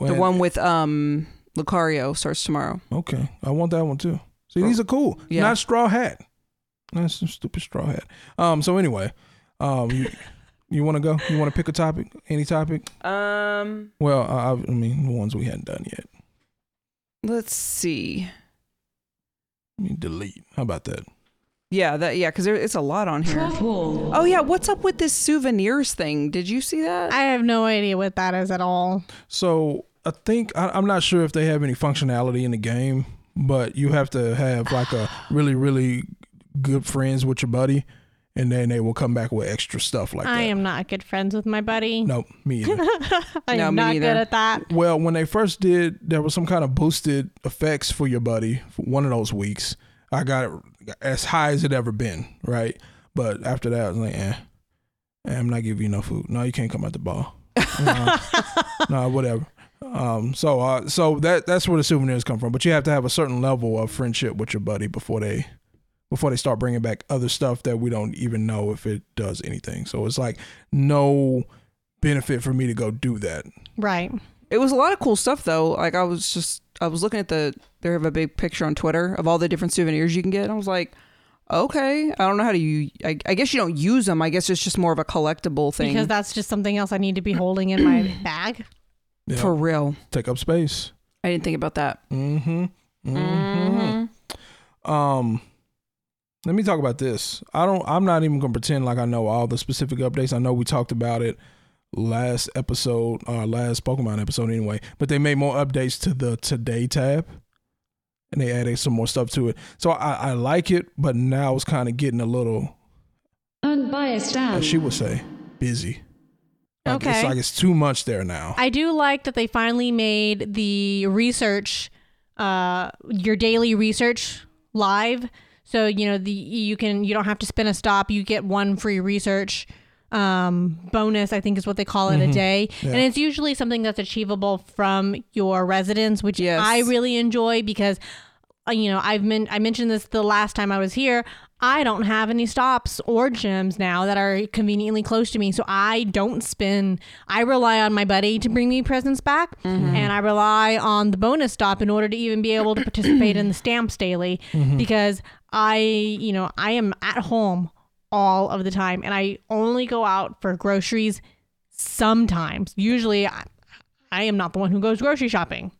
A: The
C: Well,
A: one with um Lucario starts tomorrow.
C: Okay, I want that one too. See, these are cool.
A: Yeah.
C: Not straw hat. Not some stupid straw hat. Um. So anyway, um, you, you want to go? You want to pick a topic? Any topic?
A: Um,
C: Well, I, I I mean, the ones we hadn't done yet.
A: let's see.
C: Let me delete. How about that?
A: Yeah, that yeah, because it's a lot on here.
D: Fourth wall.
A: Oh yeah, what's up with this souvenirs thing? Did you see that?
B: I have no idea what that is at all.
C: So I think I, I'm not sure if they have any functionality in the game, but you have to have like a really, really good friends with your buddy, and then they will come back with extra stuff like
B: I
C: that.
B: am not good friends with my buddy.
C: Nope, me either.
B: I
A: No,
B: am
A: me
B: not
A: neither.
B: good at that.
C: well, when they first did, there was some kind of boosted effects for your buddy for one of those weeks. I got it as high as it ever been, right? But after that, I was like, eh, eh, I'm not giving you no food. No, you can't come out the ball. No, no, whatever. Um, so, uh, so that that's where the souvenirs come from. But you have to have a certain level of friendship with your buddy before they before they start bringing back other stuff that we don't even know if it does anything. So it's like no benefit for me to go do that.
B: Right.
A: It was a lot of cool stuff though. Like I was just I was looking at the they have a big picture on Twitter of all the different souvenirs you can get. And I was like, okay, I don't know how to you. I, I guess you don't use them. I guess it's just more of a collectible thing
B: Because that's just something else I need to be holding in my bag.
C: You know?
A: for real.
C: take up space.
A: I didn't think about that.
C: Mm-hmm. Mm-hmm. Um, let me talk about this. I don't. I'm not even gonna pretend like I know all the specific updates. I know we talked about it last episode, uh, last Pokemon episode, anyway. But they made more updates to the Today tab, and they added some more stuff to it. So I, I like it, but now it's kind of getting a little,
D: Unbiased
C: as
D: and
C: she would say, busy. Like, It's
B: Okay.
C: like it's too much there now.
B: I do like that they finally made the research, uh, your daily research live. So you know the you can you don't have to spin a stop. You get one free research um, bonus. I think is what they call it a day, and it's usually something that's achievable from your residence, which
A: Yes.
B: I really enjoy because uh, you know I've men- I mentioned this the last time I was here. I don't have any stops or gyms now that are conveniently close to me, so I don't spin. I rely on my buddy to bring me presents back, and I rely on the bonus stop in order to even be able to participate in the stamps daily because I, you know, I am at home all of the time, and I only go out for groceries sometimes. Usually, I, I am not the one who goes grocery shopping,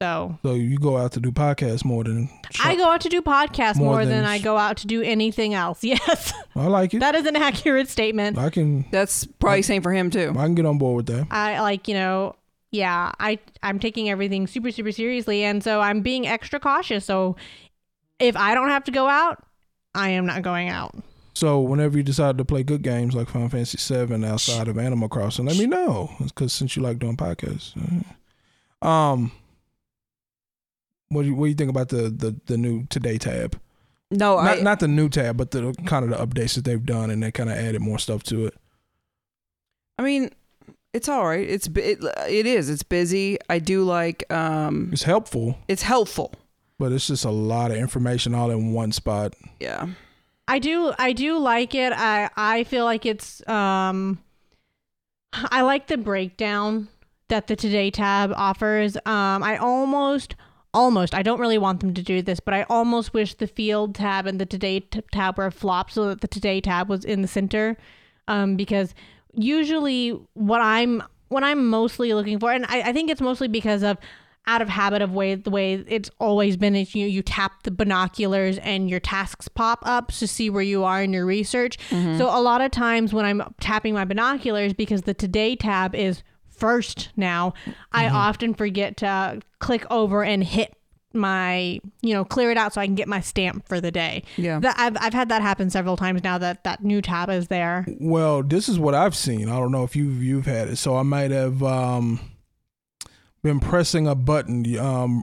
B: so
C: so you go out to do podcasts more than
B: I go out to do podcasts
C: More
B: more,
C: than
B: than, I
C: sh-
B: go out to do anything else. Yes,
C: I like it.
B: that is an accurate statement.
C: I can
A: That's probably same for him too.
C: I can get on board with that.
B: I like, you know, yeah, I I'm taking everything super super seriously and so I'm being extra cautious. So if I don't have to go out, I am not going out.
C: So whenever you decide to play good games like Final Fantasy Seven outside of Animal Crossing, let me know because since you like doing podcasts, uh, um, what do you, what do you think about the the, the new Today tab?
A: No,
C: not
A: Oh, I
C: not the new tab, but the kind of the updates that they've done and they kind of added more stuff to it.
A: I mean, it's all right. It's bu- it, it is. It's busy. I do like um
C: It's helpful,
A: it's helpful.
C: but it's just a lot of information all in one spot.
A: Yeah.
B: I do I do like it. I I feel like it's um I like the breakdown that the today tab offers. Um I almost almost I don't really want them to do this, but I almost wish the field tab and the today t- tab were flopped so that the today tab was in the center um because usually what I'm what I'm mostly looking for and I, I think it's mostly because of out of habit of way the way it's always been is you you tap the binoculars and your tasks pop up to see where you are in your research. So a lot of times when I'm tapping my binoculars because the today tab is first now, I often forget to click over and hit my you know clear it out so I can get my stamp for the day.
A: Yeah.
B: That I've I've had that happen several times now that that new tab is there.
C: Well, this is what I've seen. I don't know if you you've had it. So I might have um, been pressing a button, um,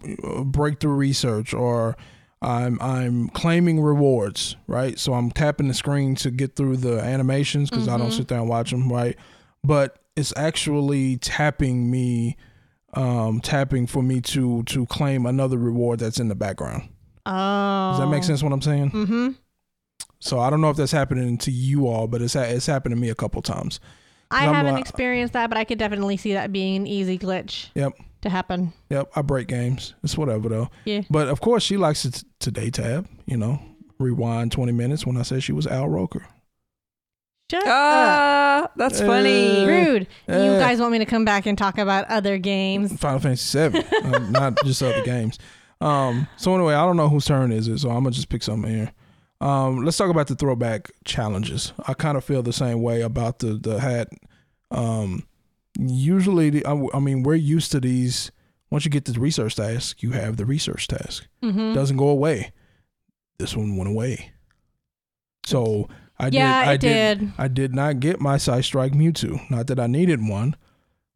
C: breakthrough research, or I'm I'm claiming rewards, right? So I'm tapping the screen to get through the animations because I don't sit there and watch them, right? But it's actually tapping me, um, tapping for me to to claim another reward that's in the background.
B: Oh.
C: Does that make sense? What I'm saying?
B: Mhm.
C: So I don't know if that's happening to you all, but it's ha- it's happened to me a couple times.
B: I
C: I'm
B: haven't
C: like-
B: experienced that, but I could definitely see that being an easy glitch
C: Yep,
B: to happen.
C: yep. I break games. It's whatever though.
B: Yeah.
C: But of course, she likes it today tab. You know, rewind twenty minutes when I said she was Al Roker.
B: Shut up.
A: Ah, that's funny.
B: Rude.
C: uh.
B: you guys want me to come back and talk about other games?
C: Final Fantasy Seven, um, not just other games. Um, so anyway, I don't know whose turn is it, so I'm gonna just pick something here. Um, let's talk about the throwback challenges. I kind of feel the same way about the the hat. Um, usually, the, I, I mean, we're used to these. Once you get the research task, you have the research task.
B: Mm-hmm.
C: Doesn't go away. This one went away. So I
B: yeah,
C: did. I
B: it did.
C: I did not get my Psy Strike Mewtwo. Not that I needed one,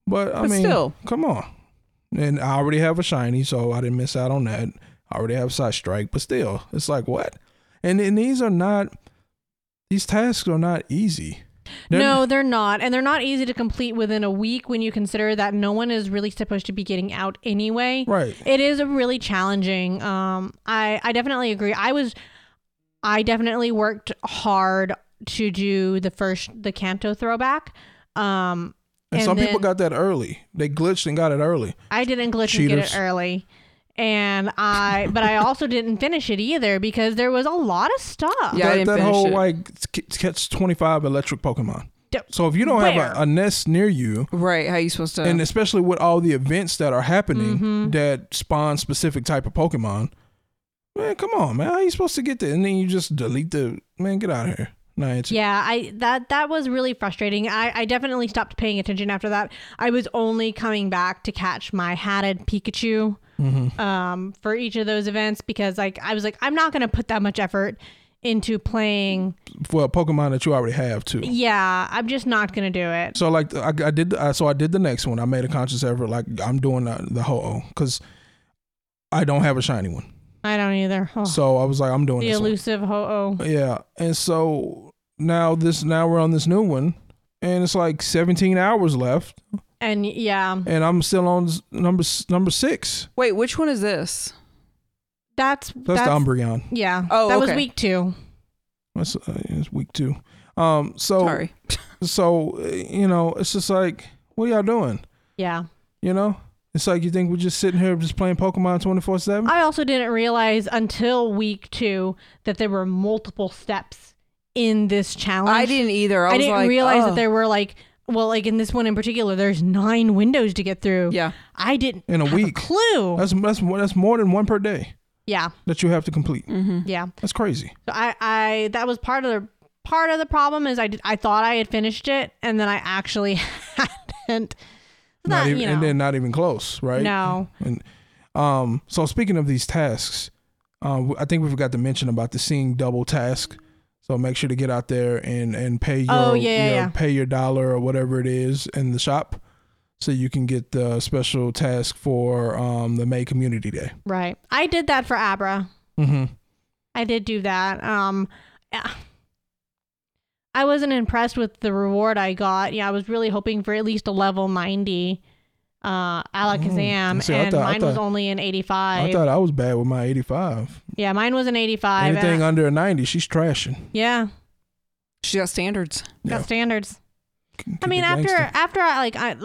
C: but I
A: But
C: mean,
A: still.
C: come on. And I already have a shiny, so I didn't miss out on that. I already have Psy Strike, but still, it's like what? And and these are not. These tasks are not easy. They're-
B: no, they're not. And they're not easy to complete within a week when you consider that no one is really supposed to be getting out anyway.
C: Right.
B: It is a really challenging. Um I I definitely agree. I was I definitely worked hard to do the first the Canto throwback. Um
C: And,
B: And
C: some people
B: then-
C: got that early. They glitched and got it early.
B: I didn't glitch and get
C: Cheaters.
B: it early. And I but I also didn't finish it either because there was a lot of stuff.
A: Yeah, I
C: that
A: didn't
C: that
A: finish
C: whole
A: it.
C: like c- catch twenty five electric Pokemon.
B: D-
C: So if you don't have a,
B: Where?
C: a nest near you,
A: Right. How you supposed to?
C: and especially with all the events that are happening
B: Mm-hmm.
C: that spawn specific type of Pokemon. Man, come on, man! How you supposed to get that? And then you just delete the man. Get out of here! No, it's
B: Yeah, I that that was really frustrating. I, I definitely stopped paying attention after that. I was only coming back to catch my hatted Pikachu um, for each of those events because like I was like I'm not gonna put that much effort into playing.
C: for a Pokemon that you already have too.
B: Yeah, I'm just not gonna do it.
C: So like I, I did, I, so I did the next one. I made a conscious effort. Like I'm doing the, the Ho-Oh because I don't have a shiny one.
B: I don't either. Oh,
C: So I was like, I'm doing
B: the
C: this one.
B: elusive ho oh.
C: Yeah, and so now this now we're on this new one, and it's like 17 hours left,
B: And yeah,
C: and I'm still on s- number s- number six.
A: Wait, which one is this?
B: that's
C: That's,
B: that's,
C: the Umbreon.
B: yeah.
A: Oh,
B: that was
A: okay.
B: week two.
C: That's uh, it's week two. Um, so
A: Sorry.
C: so uh, you know, it's just like, what are y'all doing?
B: Yeah.
C: You know, it's like you think we're just sitting here just playing Pokemon twenty four seven.
B: I also didn't realize until week two that there were multiple steps in this challenge.
A: I didn't either. I,
B: I
A: was
B: didn't
A: like,
B: realize
A: oh.
B: that there were like, well, like in this one in particular, there's nine windows to get through.
A: Yeah.
B: I didn't
C: In a
B: have
C: week.
B: clue.
C: That's that's more that's more than one per day
B: yeah,
C: that you have to complete.
A: Mm-hmm.
B: yeah.
C: That's crazy.
B: So I, I that was part of the part of the problem is I did, I thought I had finished it and then I actually hadn't.
C: not
B: Not,
C: even,
B: you
C: and
B: know.
C: then not even close, right?
B: No.
C: And um, so speaking of these tasks, um, I think we forgot to mention about the seeing double task. So make sure to get out there and and pay your,
B: Oh, yeah, yeah,
C: your-
B: yeah.
C: pay your dollar or whatever it is in the shop, so you can get the special task for um the May Community Day.
B: Right. I did that for Abra.
C: Mm-hmm.
B: I did do that. Um, yeah. I wasn't impressed with the reward I got. Yeah, I was really hoping for at least a level ninety, uh, Alakazam,
C: See, Mm, I
B: and
C: thought- I
B: mine was
C: thought-
B: only an
C: I
B: eighty-five.
C: thought I was bad with my eighty five.
B: yeah, mine was an eighty-five. and
C: Anything
B: I-
C: under a ninety, she's trashing.
B: yeah,
A: She got standards.
C: Yeah.
B: got standards.
C: Keep
B: I mean,
C: it
B: after
C: gangsta.
B: after I like I,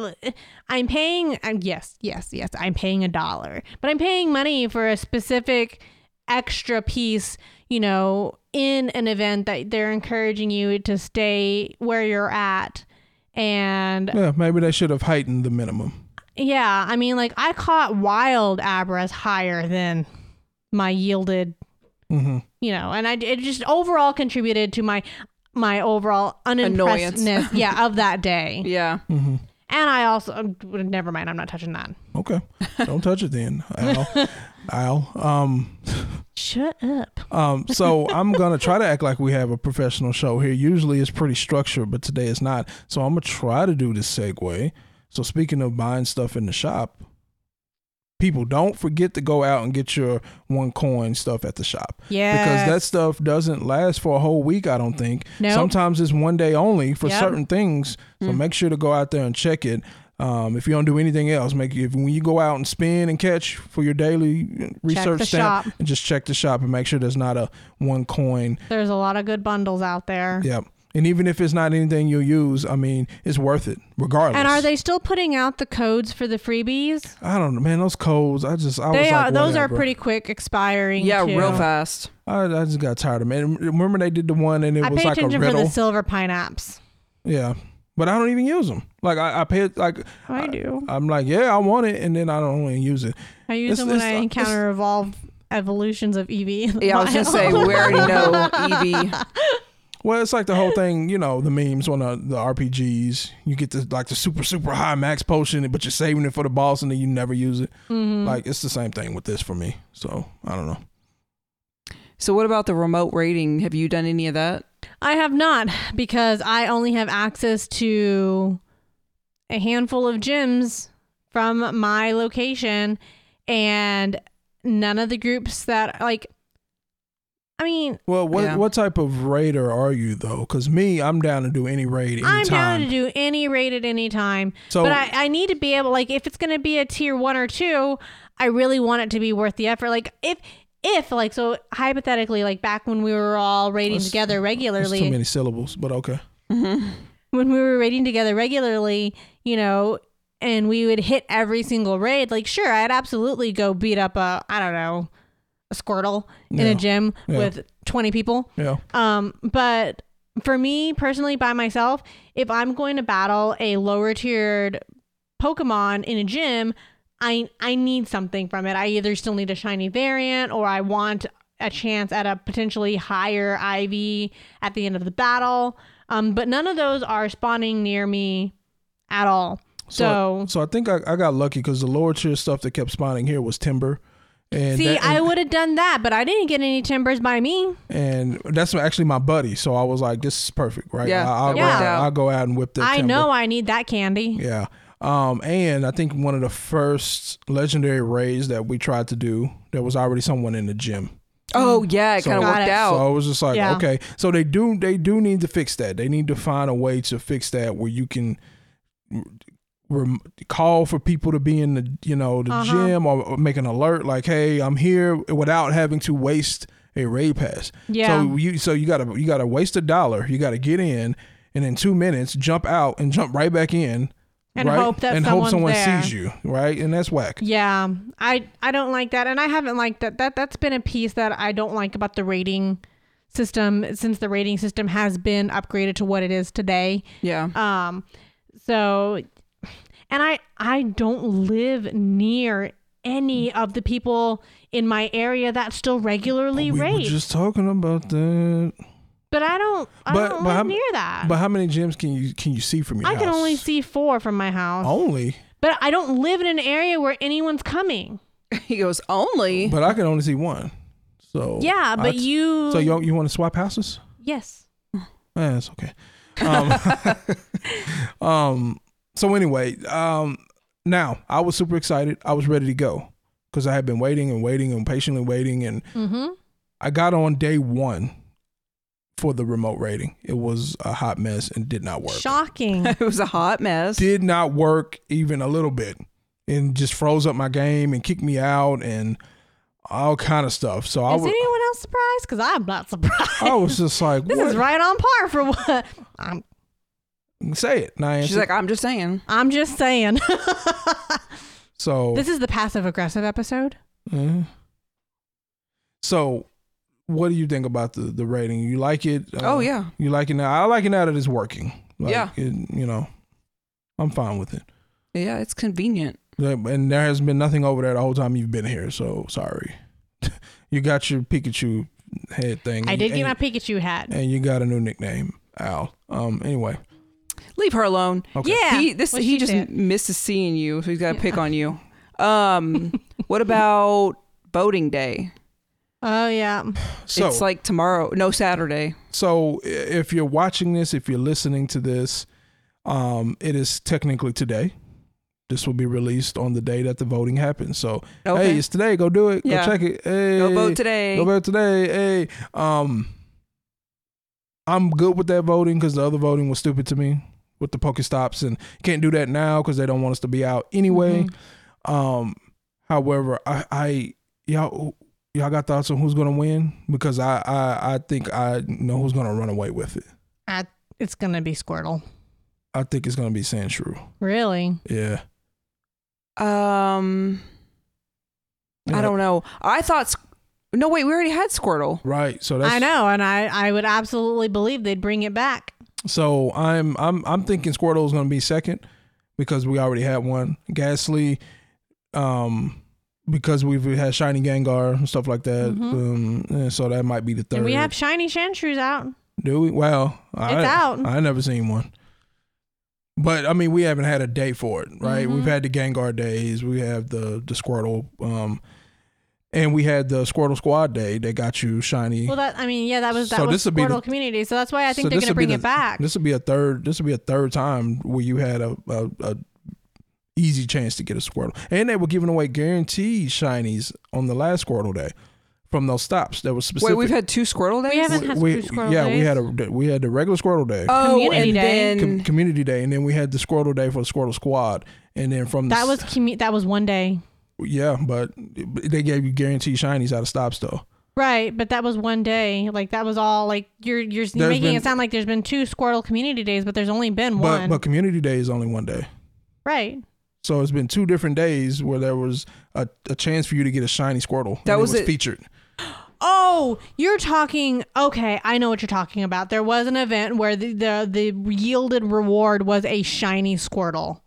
B: I'm paying. Um, yes, yes, yes. I'm paying a dollar, but I'm paying money for a specific extra piece. You know, in an event that they're encouraging you to stay where you're at, and
C: yeah, maybe they should have heightened the minimum.
B: yeah, I mean, like I caught wild abras higher than my yielded,
C: Mm-hmm.
B: you know, and I it just overall contributed to my my overall
A: Annoyance.
B: unimpressedness, yeah, of that day.
A: Yeah.
C: Mm-hmm.
B: And I also um, never mind. I'm not touching that.
C: Okay. Don't touch it then. Al. Al. Um
B: Shut up.
C: um so I'm gonna try to act like we have a professional show here. Usually it's pretty structured, but today it's not. So I'm gonna try to do this segue. So speaking of buying stuff in the shop, people don't forget to go out and get your one coin stuff at the shop. Because
B: Yeah.
C: that stuff doesn't last for a whole week, I don't think.
B: Nope.
C: Sometimes it's one day only for
B: Yep. Mm.
C: certain things. So make sure to go out there and check it. Um, if you don't do anything else, make if when you go out and spin and catch for your daily research
B: the
C: stamp,
B: shop.
C: and just check the shop and make sure there's not a one coin.
B: There's a lot of good bundles out there.
C: Yep. And even if it's not anything you'll use, I mean, it's worth it regardless.
B: And are they still putting out the codes for the freebies?
C: I don't know, man. Those codes, I just I was
B: They
C: like,
B: are, those are
C: whatever.
B: pretty quick expiring.
A: Yeah,
B: too.
A: real fast.
C: I, I just got tired of it. And Remember they did the one and it
B: I
C: was
B: pay
C: like a
B: attention for
C: riddle.
B: the silver pine apps.
C: Yeah, but I don't even use them. Like I, I pay it. Like
B: I do.
C: I'm like, yeah, I want it, and then I don't even use it.
B: I use
C: It's-
B: them when I
C: it's- it's-
B: encounter evolve evolutions of E EV.
A: Yeah, I was gonna say we already know E Evie.
C: Well, it's like the whole thing, you know, the memes on the, the RPGs. You get the like the super super high max potion, but you're saving it for the boss, and then you never use it.
B: Mm-hmm.
C: Like it's the same thing with this for me. So I don't know.
A: So what about the remote rating? Have you done any of that?
B: I have not because I only have access to a handful of gyms from my location and none of the groups that like I mean,
C: Well, what
A: Yeah.
C: what type of raider are you though? Because me, I'm down to do any raid anytime.
B: I'm down to do any rate at any time.
C: So-
B: but I, I need to be able like if it's gonna be a tier one or two, I really want it to be worth the effort. Like if if like so hypothetically, like back when we were all rating
C: That's-
B: together
C: There's
B: regularly,
C: too many syllables, but okay.
B: when we were raiding together regularly, you know, and we would hit every single raid, like sure, I'd absolutely go beat up a I don't know, a squirtle in
C: Yeah.
B: a gym
C: Yeah.
B: with 20 people.
C: Yeah.
B: Um but for me personally by myself, if I'm going to battle a lower tiered Pokemon in a gym, I I need something from it. I either still need a shiny variant or I want a chance at a potentially higher IV at the end of the battle. Um, but none of those are spawning near me at all. So,
C: so I think I, I got lucky because the lower tier stuff that kept spawning here was timber. And
B: see,
C: that-
B: I
C: and,
B: would have done that, but I didn't get any timbers by me.
C: and that's actually my buddy. So I was like, this is perfect, right?
A: Yeah,
C: I, will
A: it
C: Go
B: worked
C: out,
A: out.
C: I'll go out and whip that.
B: I
C: timber.
B: know I need that candy.
C: Yeah. Um, and I think one of the first legendary raids that we tried to do, there was already someone in the gym.
A: Oh yeah, it
C: Mm. So-
A: kind of
B: Got
A: worked
B: it.
A: out.
C: So it was just like,
B: Yeah.
C: okay. So they do they do need to fix that. They need to find a way to fix that where you can rem- call for people to be in the you know the
B: Uh-huh.
C: gym or, or make an alert like, hey, I'm here without having to waste a raid pass.
B: Yeah.
C: So you so you gotta you gotta waste a dollar. You gotta get in and in two minutes jump out and jump right back in.
B: And
C: right?
B: hope that
C: and hope
B: someone's
C: someone
B: there.
C: sees you, right? And that's whack.
B: Yeah, I I don't like that, and I haven't liked that. That that's been a piece that I don't like about the rating system since the rating system has been upgraded to what it is today.
A: yeah.
B: Um, so, and I I don't live near any of the people in my area that still regularly
C: Oh, we were
B: rate,
C: just talking about that.
B: but I don't I
C: But-
B: don't
C: but
B: live
C: I'm-
B: near that.
C: But how many gyms can you can you see from your
B: I
C: house?
B: can only see four from my house,
C: only,
B: but I don't live in an area where anyone's coming.
A: He goes only.
C: but I can only see one. So
B: Yeah,
C: I
B: but
C: t-
B: you
C: Oh, So you you want to swap houses?
B: yes.
C: Eh, that's okay. Um, um. So anyway, um. Now I was super excited. I was ready to go because I had been waiting and waiting and patiently waiting, and
B: Mm-hmm.
C: I got on day one for the remote rating. It was a hot mess and did not work.
B: Shocking.
A: it was a hot mess.
C: did not work even a little bit and just froze up my game and kicked me out and all kind of stuff. So I
B: Is
C: was,
B: anyone else surprised? Because I'm not surprised.
C: I was just like,
B: this
C: what?
B: is right on par for what I'm.
C: Say it. And I
A: She's
C: answered.
A: like, I'm just saying.
B: I'm just saying.
C: Oh. so,
B: this is the passive aggressive episode.
C: Mhm. so what do you think about the, the rating? You like it? Uh,
A: Oh, yeah.
C: You like it now? I like it now that it's working. Like,
A: Yeah.
C: it- you know, I'm fine with it.
A: Yeah, it's convenient.
C: And there has been nothing over there the whole time you've been here. So sorry. you got your Pikachu head thing.
B: I
C: and-
B: did get
C: and-
B: my Pikachu hat.
C: and you got a new nickname, Al. Um. Anyway,
A: Leave her alone.
C: okay.
B: Yeah.
A: He this
B: what
A: he
B: she
A: just
B: said.
A: misses seeing you, so he's got to pick on you. Um, what about voting day?
B: Oh yeah.
C: So
A: it's like tomorrow, no Saturday.
C: so i- if you're watching this, if you're listening to this, um, it is technically today. This will be released on the day that the voting happens. So
A: Okay.
C: hey, it's today. Go do it.
A: Yeah.
C: Go check it. Hey,
A: Go vote today.
C: Go vote today. Hey, um, I'm good with that voting because the other voting was stupid to me. with the Pokestops, and can't do that now because they don't want us to be out anyway.
B: Mm-hmm.
C: Um, however, I, I y'all y'all got thoughts on who's gonna win because I I, I think I know who's gonna run away with it.
B: I, it's gonna be Squirtle.
C: I think it's gonna be Sandshrew.
B: Really?
C: Yeah,
A: Um,
C: Yeah.
A: I don't know. I thought. Squ- No, wait. We already had Squirtle.
C: right. So that's
B: I know, and I, I would absolutely believe they'd bring it back.
C: So I'm I'm I'm thinking Squirtle's gonna be second because we already had one. Ghastly, um, because we've had Shiny Gengar and stuff like that. Um, and so that might be the
B: Mm-hmm.
C: third.
B: And we have shiny Shanshrews out.
C: Do we? Well, I,
B: It's out.
C: I never seen one. But I mean, we haven't had a day for it, right?
B: Mm-hmm.
C: We've had the Gengar days. We have the the Squirtle, um, and we had the Squirtle Squad Day. that got you shiny.
B: Well, that I mean, yeah, that was that
C: So
B: was
C: this'll be
B: Squirtle
C: the-
B: community. So that's why I think
C: So
B: they're
C: this
B: gonna
C: will be
B: bring it
C: the-
B: back.
C: This would be a third. This would be a third time where you had a, a, a easy chance to get a Squirtle, and they were giving away guaranteed shinies on the last Squirtle day from those stops that were specific.
A: Wait, we've had two Squirtle days.
B: We haven't had two Squirtle
C: yeah, we
B: days.
C: had a we had the regular Squirtle day,
A: Oh,
B: Community
A: and
B: Day.
C: com-
A: then
C: community day, and then we had the Squirtle day for the Squirtle squad, and then from the
B: That
C: s-
B: was commu- that was one day,
C: yeah, but they gave you guaranteed shinies out of stops though.
B: right? But that was one day. Like that was all. Like you're you're making
C: been-
B: it sound like there's been two Squirtle community days, but there's only been
C: But
B: one,
C: but community day is only one day.
B: right?
C: So it's been two different days where there was a, a chance for you to get a shiny Squirtle.
A: That
C: and
A: was
C: it was
A: it.
C: featured.
B: Oh, you're talking. Okay, I know what you're talking about. There was an event where the the, the yielded reward was a shiny Squirtle.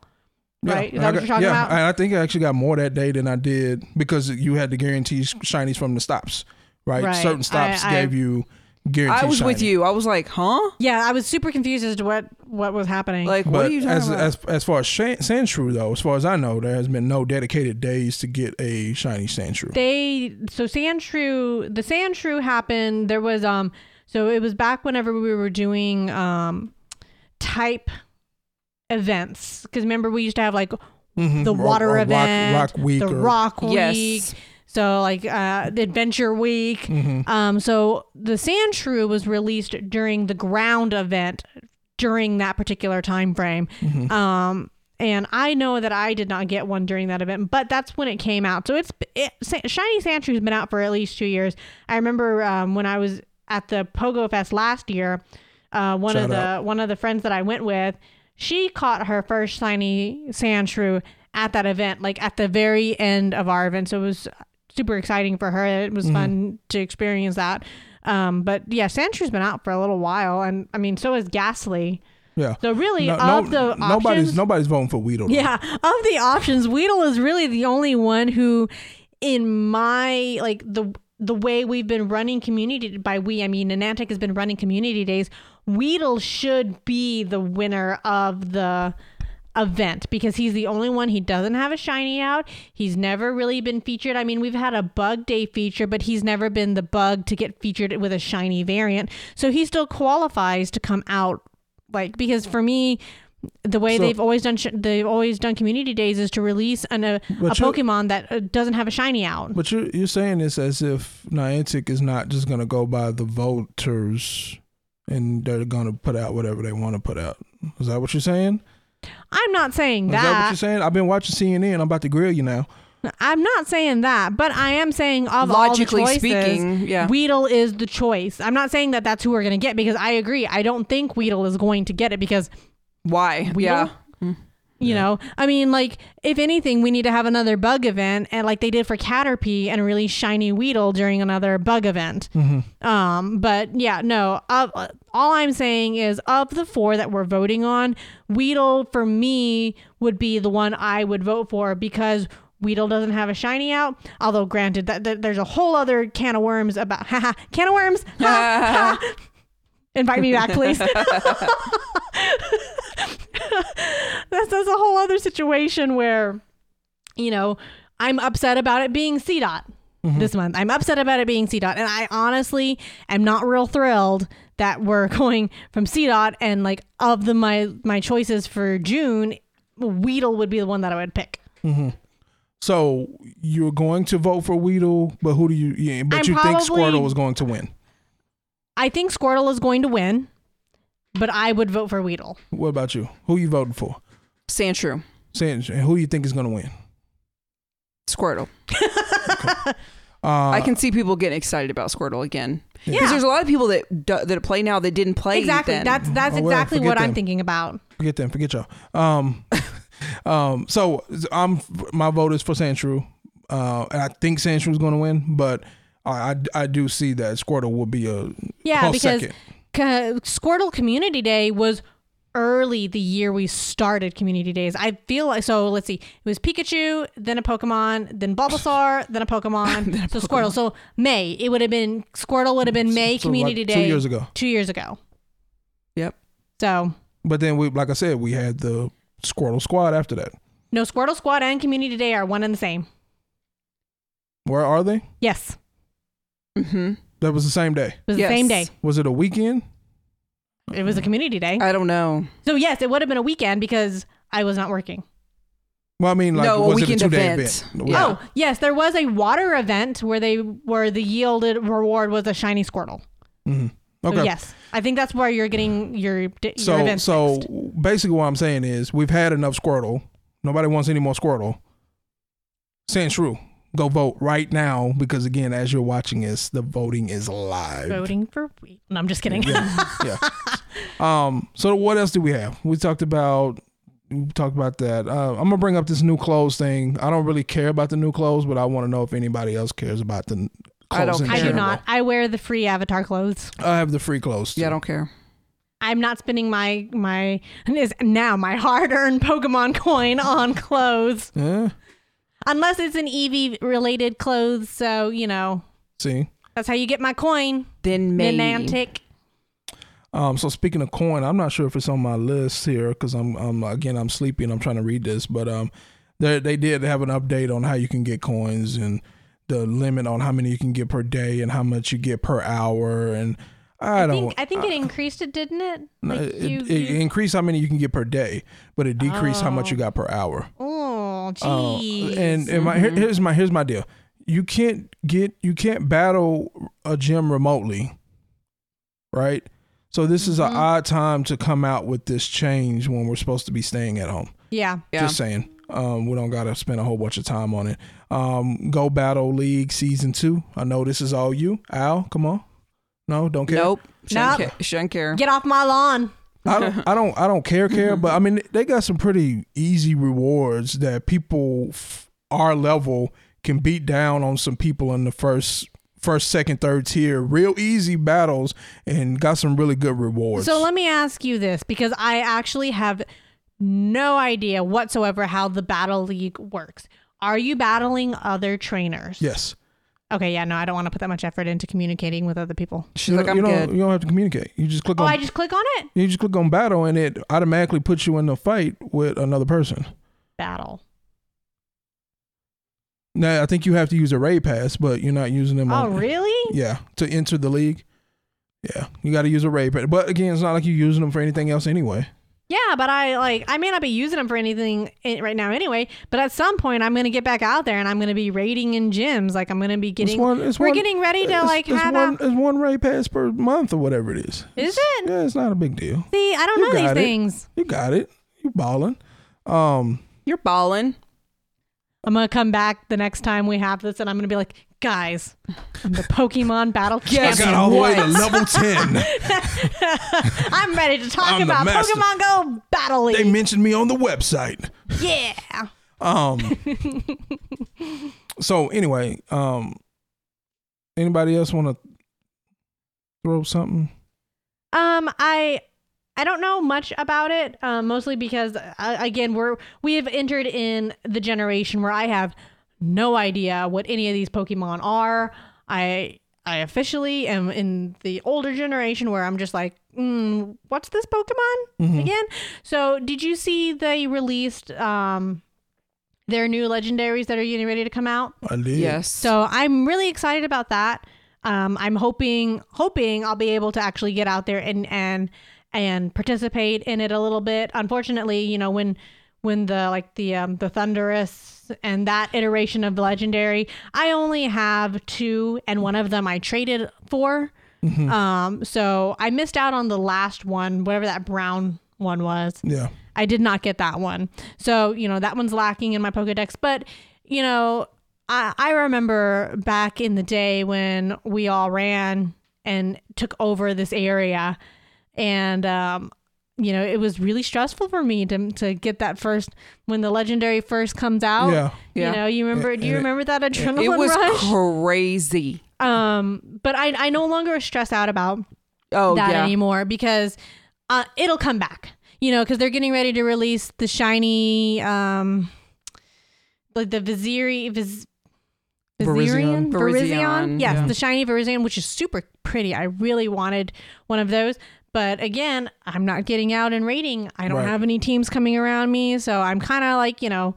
B: Right? Is
C: and
B: that
C: I
B: what
C: got-
B: you're talking
C: yeah,
B: about?
C: and I think I actually got more that day than I did because you had the guaranteed shinies from the stops, right?
B: Right.
C: Certain stops
B: I- I-
C: gave you guaranteed.
A: I was with
C: shinies.
A: you. I was like, huh?
B: Yeah, I was super confused as to what what was happening.
A: Like,
C: But
A: what are you talking
C: as,
A: about?
C: as as far as Shan- Sandshrew though, as far as I know, there has been no dedicated days to get a shiny Sandshrew.
B: they so Sandshrew the Sandshrew happened. There was um so it was back whenever we were doing um type events because remember we used to have like
A: Mm-hmm.
C: Mhm.
B: the
C: Or-
B: water
C: or Rock-
B: event,
C: Rock Week,
B: the
C: or-
B: Rock
A: Yes.
B: Week. So like uh, the Adventure Week.
C: Mhm.
B: Um, so the Sandshrew was released during the ground event during that particular time frame.
C: mm-hmm.
B: Um, and I know that I did not get one during that event, but that's when it came out. So it's it, Sa- Shiny Sandshrew's been out for at least two years. I remember um, when I was at the Pogo Fest last year, uh, one
C: Shout
B: of the one of the friends that I went with, she caught her first Shiny Sandshrew at that event, like at the very end of our event. So it was super exciting for her. It was fun to experience that. Um, but yeah, Sandshrew's been out for a little while, and I mean, so is Ghastly.
C: Yeah.
B: So really,
C: No-
B: of
C: no-
B: the
C: nobody's
B: options,
C: nobody's voting for Weedle. though.
B: yeah, of the options, Weedle is really the only one who, in my like the the way we've been running community by we I mean Nanantic has been running community days. Weedle should be the winner of the event because he's the only one he doesn't have a shiny out. He's never really been featured. I mean, we've had a bug day feature, but he's never been the bug to get featured with a shiny variant. So he still qualifies to come out like because for me the way
C: So-
B: they've always done sh- they've always done community days is to release an, a, a
C: But you-
B: Pokemon that uh, doesn't have a shiny out.
C: But you're you're saying this as if Niantic is not just gonna go by the voters and they're gonna put out whatever they want to put out. Is that what you're saying?
B: I'm not saying
C: Is
B: that.
C: that, what you're saying? I've been watching CNN. I'm about to grill you now.
B: I'm not saying that, but I am saying of
A: Logically
B: all the choices,
A: speaking, yeah.
B: Weedle is the choice. I'm not saying that that's who we're going to get because I agree. I don't think Weedle is going to get it because
A: Why?
B: Weedle?
A: Yeah.
B: You know, I mean, like, if anything, we need to have another bug event, and like they did for Caterpie, and release Shiny Weedle during another bug event. Um, but yeah, no. Of, all I'm saying is, of the four that we're voting on, Weedle for me would be the one I would vote for because Weedle doesn't have a shiny out. Although, granted, that, that there's a whole other can of worms about haha can of worms. Ha, ha. Invite me back, please. that's that's a whole other situation where, you know, I'm upset about it being C dot
C: Mm-hmm.
B: this month. I'm upset about it being C dot, and I honestly am not real thrilled that we're going from C dot and like of the my my choices for June, Weedle would be the one that I would pick.
C: So you're going to vote for Weedle, but who do you? Yeah, but
B: I'm
C: you think
B: probably-
C: Squirtle is going to win?
B: I think Squirtle is going to win. but I would vote for Weedle.
C: What about you? Who you voting for?
A: Sandshrew,
C: Sandra, and who you think is going to win?
A: Squirtle.
C: Uh,
A: I can see people getting excited about Squirtle again because
B: Yeah.
A: there's a lot of people that do, that play now that didn't play
B: exactly.
A: Then.
B: That's that's
C: Oh, well,
B: exactly
C: forget
B: what I'm
C: them.
B: thinking about.
C: forget them. Forget y'all. Um, um. So I'm my vote is for Sandshrew. Uh, and I think Sandshrew's going to win, but I, I I do see that Squirtle will be a
B: Yeah,
C: close
B: because
C: second.
B: co- Squirtle Community Day was early the year we started Community Days. I feel like so. Let's see, it was Pikachu, then a Pokemon, then Bulbasaur, then a Pokemon, so Squirtle. So May it would have been Squirtle would have been May
C: So, like,
B: Community Day
C: two years ago.
B: Two years ago.
A: Yep.
B: So
C: But then we, like I said, we had the Squirtle Squad after that.
B: no Squirtle Squad and Community Day are one and the same.
C: Where are they?
B: Yes,
A: Mm-hmm.
C: That was the same day.
B: it was the same day.
A: Yes.
C: Was it a weekend?
B: It
C: Mm-hmm.
B: was a Community Day.
C: Uh,
A: I don't know.
B: so yes, it would have been a weekend because I was not working.
C: Well, I mean, like,
A: No, a
C: was
A: weekend
C: it a two-day
A: event.
C: event?
A: Yeah.
B: Oh yes, there was a water event where they where the yielded reward was a shiny Squirtle.
A: Oh.
C: Mhm.
B: So,
C: Okay.
B: yes, I think that's where you're getting your d- your
C: So,
B: events.
C: so
B: mixed.
C: basically, what I'm saying is, we've had enough Squirtle. Nobody wants any more Squirtle. Sand Shrew, go vote right now because again, as you're watching this, the voting is live.
B: voting for we. No, I'm just kidding.
C: yeah. Um. So what else do we have? We talked about. We talked about that. Uh, I'm gonna bring up this new clothes thing. I don't really care about the new clothes, but I want to know if anybody else cares about the n- clothes.
A: I don't
C: in
A: care.
B: I do
C: general.
B: not. I wear the free avatar clothes.
C: I have the free clothes.
A: Yeah, I
C: too.
A: don't care.
B: I'm not spending my my is now my hard earned Pokemon coin on clothes
C: Yeah.
B: unless it's an Eevee related clothes. So you know
C: See.
B: that's how you get my coin.
A: Then maybe.
B: Niantic.
C: Um, so speaking of coin, I'm not sure if it's on my list here because I'm, I'm again I'm sleepy and I'm trying to read this, but um, they they did have an update on how you can get coins and the limit on how many you can get per day and how much you get per hour and I,
B: I
C: don't uh,
B: think I think it increased it, didn't it?
C: No,
B: Like,
C: it, it-
B: you-
C: it
B: you-
C: increased how many you can get per day, but it decreased how much you got per hour.
B: oh,
C: Uh,
B: geez.
C: and and my, here-
A: Mm-hmm.
C: here's my here's my deal. You can't get you can't battle a gym remotely, right? So this
A: Mm-hmm.
C: is an odd time to come out with this change when we're supposed to be staying at home.
B: yeah.
A: Yeah.
C: Just saying. Um, we don't gotta spend a whole bunch of time on it. Um, Go Battle League season two. I know this is all you. Al, come on. No, don't care.
A: Nope. Shouldn't,
B: Nope.
A: ca- shouldn't care.
B: Get off my lawn.
C: I don't, I don't, I don't care, care. But I mean, they got some pretty easy rewards that people f- our level can beat down on some people in the first, first, second, third tier. Real easy battles and got some really good rewards.
B: So let me ask you this because I actually have no idea whatsoever how the battle league works. Are you battling other trainers?
C: yes,
B: Okay, yeah, no, I don't want to put that much effort into communicating with other people.
A: She's
C: you,
A: like,
C: don't-
A: I'm
C: you don't,
A: good.
C: you don't have to communicate. You just click
B: Oh,
C: on,
B: I just click on it?
C: you just click on battle, and it automatically puts you in a fight with another person.
B: Battle.
C: Now, I think you have to use a raid pass, but you're not using them.
B: Oh,
C: on,
B: really?
C: Yeah, to enter the league. Yeah, you got to use a raid pass. But again, it's not like you're using them for anything else anyway.
B: Yeah, but I like I may not be using them for anything i- right now anyway, but at some point I'm going to get back out there and I'm going to be raiding in gyms like I'm going to be getting
C: one- it's
B: We're
C: one-
B: getting ready to like
C: it's
B: have
C: one,
B: a
C: it's one raid pass per month or whatever it is.
B: Is
C: It's-
B: it?
C: Yeah, it's not a big deal.
B: See, I don't
C: You
B: know these
C: got it.
B: things.
C: You got it. You balling. Um,
A: You're balling.
B: I'm gonna come back the next time we have this, and I'm gonna be like, guys, I'm the Pokemon battle
A: Yes.
C: I got
B: champion.
C: all the way to level ten.
B: I'm ready to talk
C: I'm the
B: about
C: master.
B: Pokemon Go Battle
C: they
B: League.
C: mentioned me on the website.
B: yeah.
C: Um. so anyway, um, anybody else want to throw something?
B: Um, I I don't know much about it, um, mostly because uh, again we're we have entered in the generation where I have no idea what any of these Pokemon are. I I officially am in the older generation where I'm just like, mm, what's this Pokemon again? So, did you see they released um their new legendaries that are getting ready to come out?
C: I did.
A: Yes.
B: So I'm really excited about that. Um, I'm hoping hoping I'll be able to actually get out there and and and participate in it a little bit. Unfortunately, you know when when the like the um, the thunderous and that iteration of legendary, I only have two, and one of them I traded for.
C: Mhm.
B: Um, so I missed out on the last one, whatever that brown one was.
C: yeah.
B: I did not get that one. So, you know, that one's lacking in my Pokedex. But, you know, I, I remember back in the day when we all ran and took over this area. And, um, you know, it was really stressful for me to, to get that first, when the legendary first comes out.
C: Yeah.
A: Yeah.
B: You know, you remember, do you
C: And it-
B: remember that adrenaline
A: It was
B: rush?
A: crazy.
B: um, but I, I no longer stress out about
A: Oh
B: that
A: yeah.
B: anymore because uh, it'll come back. You know, because they're getting ready to release the shiny, um, like the Viziri, Viz, Virizion,
C: Virizion.
A: Virizion,
B: Yes,
A: yeah.
B: the shiny Virizion, which is super pretty. I really wanted one of those. But again, I'm not getting out and raiding. I don't
C: Right.
B: have any teams coming around me. So I'm kind of like, you know,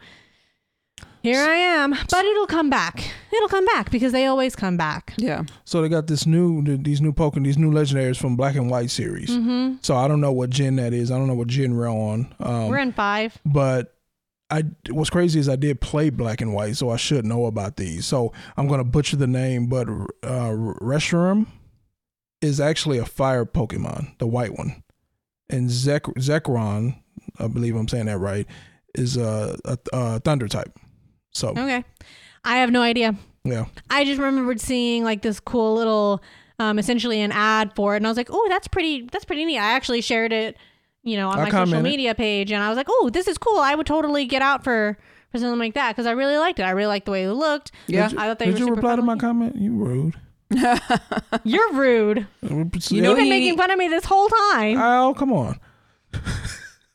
B: here I am. But it'll come back. It'll come back because they always come back.
A: Yeah.
C: So they got this new, th- these new Pokemon, these new legendaries from Black and White series.
B: Mm-hmm.
A: Um,
C: So I don't know what gen that is. I don't know what gen we're on. Um,
B: We're in five.
C: but I what's crazy is I did play Black and White, so I should know about these. So I'm gonna butcher the name, but uh, Reshiram is actually a fire Pokemon, the white one, and Zek Zekron, I believe I'm saying that right, is a, a, a thunder type. So
B: Okay. I have no idea.
C: yeah,
B: I just remembered seeing like this cool little, um, essentially an ad for it, and I was like, "Oh, that's pretty. That's pretty neat." I actually shared it, you know, on
C: I
B: my social
C: commented.
B: media page, and I was like, "Oh, this is cool. I would totally get out for for something like that because I really liked it. I really liked the way it looked.
A: Yeah.
B: I thought they
C: did
B: were
C: you
B: super
C: reply to
B: fun
C: my
B: looking.
C: comment? You rude.
B: You're rude.
A: You know
B: You've been
A: he-
B: making fun of me this whole time.
C: oh come on.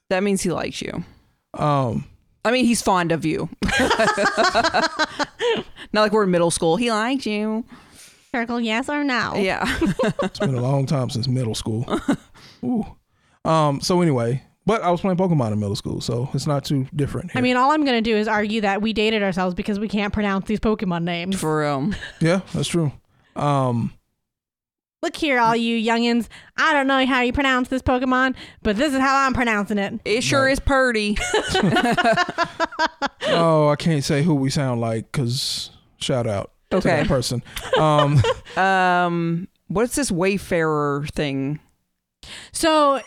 A: That means he likes you.
C: Um,
A: I mean, he's fond of you. Not like we're in middle school. He likes you.
B: Circle yes or no.
A: Yeah.
C: It's been a long time since middle school. Ooh. Um. So anyway, but I was playing Pokemon in middle school, so it's not too different.
B: I
C: here.
B: mean, all I'm gonna do is argue that we dated ourselves because we can't pronounce these Pokemon names.
A: For real.
C: yeah, that's true. Um.
B: Look here, all you youngins. I don't know how you pronounce this Pokemon, but this is how I'm pronouncing it.
A: It sure is purdy.
C: Oh, I can't say who we sound like because shout out to
A: Okay.
C: that person. Um.
A: Um, what's this wayfarer thing?
B: So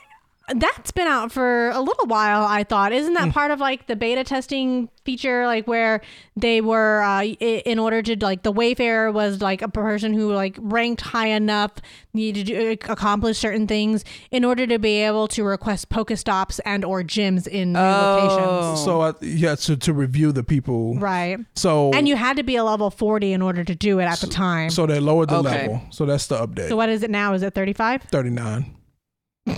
B: that's been out for a little while, I thought. Isn't that part of like the beta testing feature, like where they were, uh, i- in order to like the Wayfarer was like a person who like ranked high enough, needed to ac- accomplish certain things in order to be able to request Pokestops and or gyms in new locations.
C: So I, yeah, to to review the people.
B: Right.
C: So
B: And you had to be a level 40 in order to do it at the time.
C: So they lowered the
A: Okay.
C: level. So that's the update.
B: So what is it now? Is it 35?
C: Thirty nine.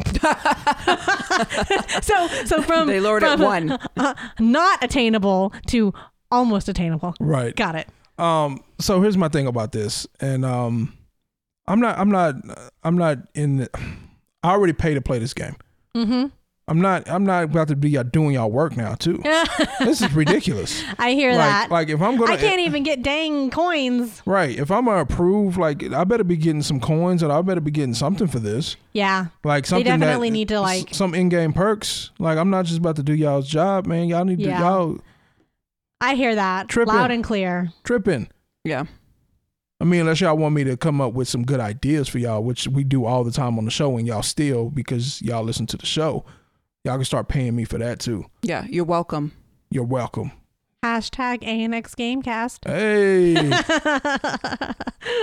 B: So so from
A: They lowered it
B: from,
A: one.
B: uh, not attainable to almost attainable.
C: Right.
B: Got it.
C: Um, so here's my thing about this, and um, I'm not, I'm not, I'm not in. The, I already pay to play this game.
B: Mm-hmm.
C: I'm not, I'm not about to be y'all doing y'all work now too. this is ridiculous.
B: I hear
C: like,
B: that.
C: like if I'm gonna, e-,
B: I can't even get dang coins.
C: right, if I'm gonna approve, like I better be getting some coins, and I better be getting something for this.
B: Yeah.
C: Like something
B: definitely
C: that,
B: need to,
C: s-
B: like-
C: some in-game perks. Like I'm not just about to do y'all's job, man. Y'all need
B: Yeah.
C: to y'all
B: I hear that
C: Tripping.
B: loud and clear.
C: tripping.
A: Yeah.
C: I mean, unless y'all want me to come up with some good ideas for y'all, which we do all the time on the show, and y'all still because y'all listen to the show, y'all can start paying me for that too.
A: Yeah. You're welcome.
C: You're welcome.
B: Hashtag ANX Gamecast.
C: Hey.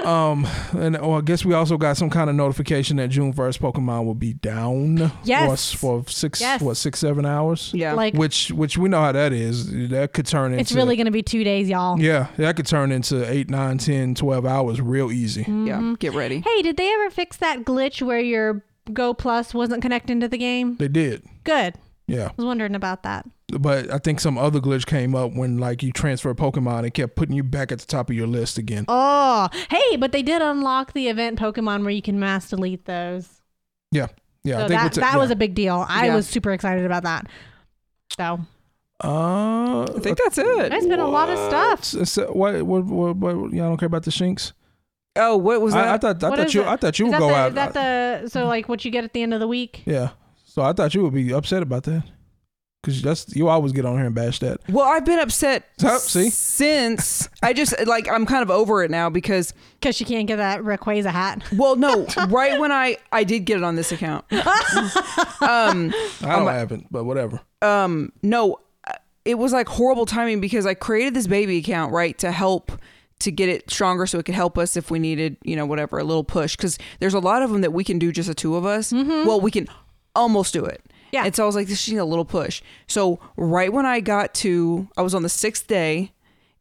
C: um, and oh, I guess we also got some kind of notification that June first, Pokemon will be down.
B: Yes.
C: for s- for six,
B: Yes.
C: what six, seven hours.
A: Yeah.
B: Like
C: Which, which we know how that is. That could turn into.
B: it's really gonna be two days, y'all.
C: Yeah, that could turn into eight, nine, ten, twelve hours real easy.
A: yeah. Get ready.
B: mm-hmm. Hey, did they ever fix that glitch where your Go Plus wasn't connecting to the game?
C: They did.
B: Good.
C: Yeah.
B: I was wondering about that.
C: but I think some other glitch came up when like you transfer Pokemon and kept putting you back at the top of your list again.
B: Oh, hey, but they did unlock the event Pokemon where you can mass delete those.
C: Yeah, yeah.
B: so that,
C: it's a-
B: that
C: yeah.
B: was a big deal. I
A: Yeah.
B: was super excited about that. So
C: Uh,
A: I think that's it.
B: there's been a lot of stuff.
C: it's- it's- what, what, what, what, Y'all don't care about the shinks?
A: Oh, what was that?
C: I, I thought, I
B: What
C: thought
B: is
C: you,
B: it?
C: I thought you
B: is
C: would
B: that
C: go
B: the,
C: out. uh,
B: Is that the so like what you get at the end of the week?
C: yeah. So I thought you would be upset about that. Cause that's you always get on here and bash that.
A: Well, I've been upset
C: So, see?
A: since I just like I'm kind of over it now because
B: because she can't get that Rayquaza hat.
A: well, no, right when I I did get it on this account. um
C: I don't happen, but whatever.
A: um no uh, it was like horrible timing because i created this baby account right to help to get it stronger so it could help us if we needed you know whatever a little push because there's a lot of them that we can do just the two of us well we can almost do it
B: Yeah.
A: and so i was like this she needs a little push so right when i got to i was on the sixth day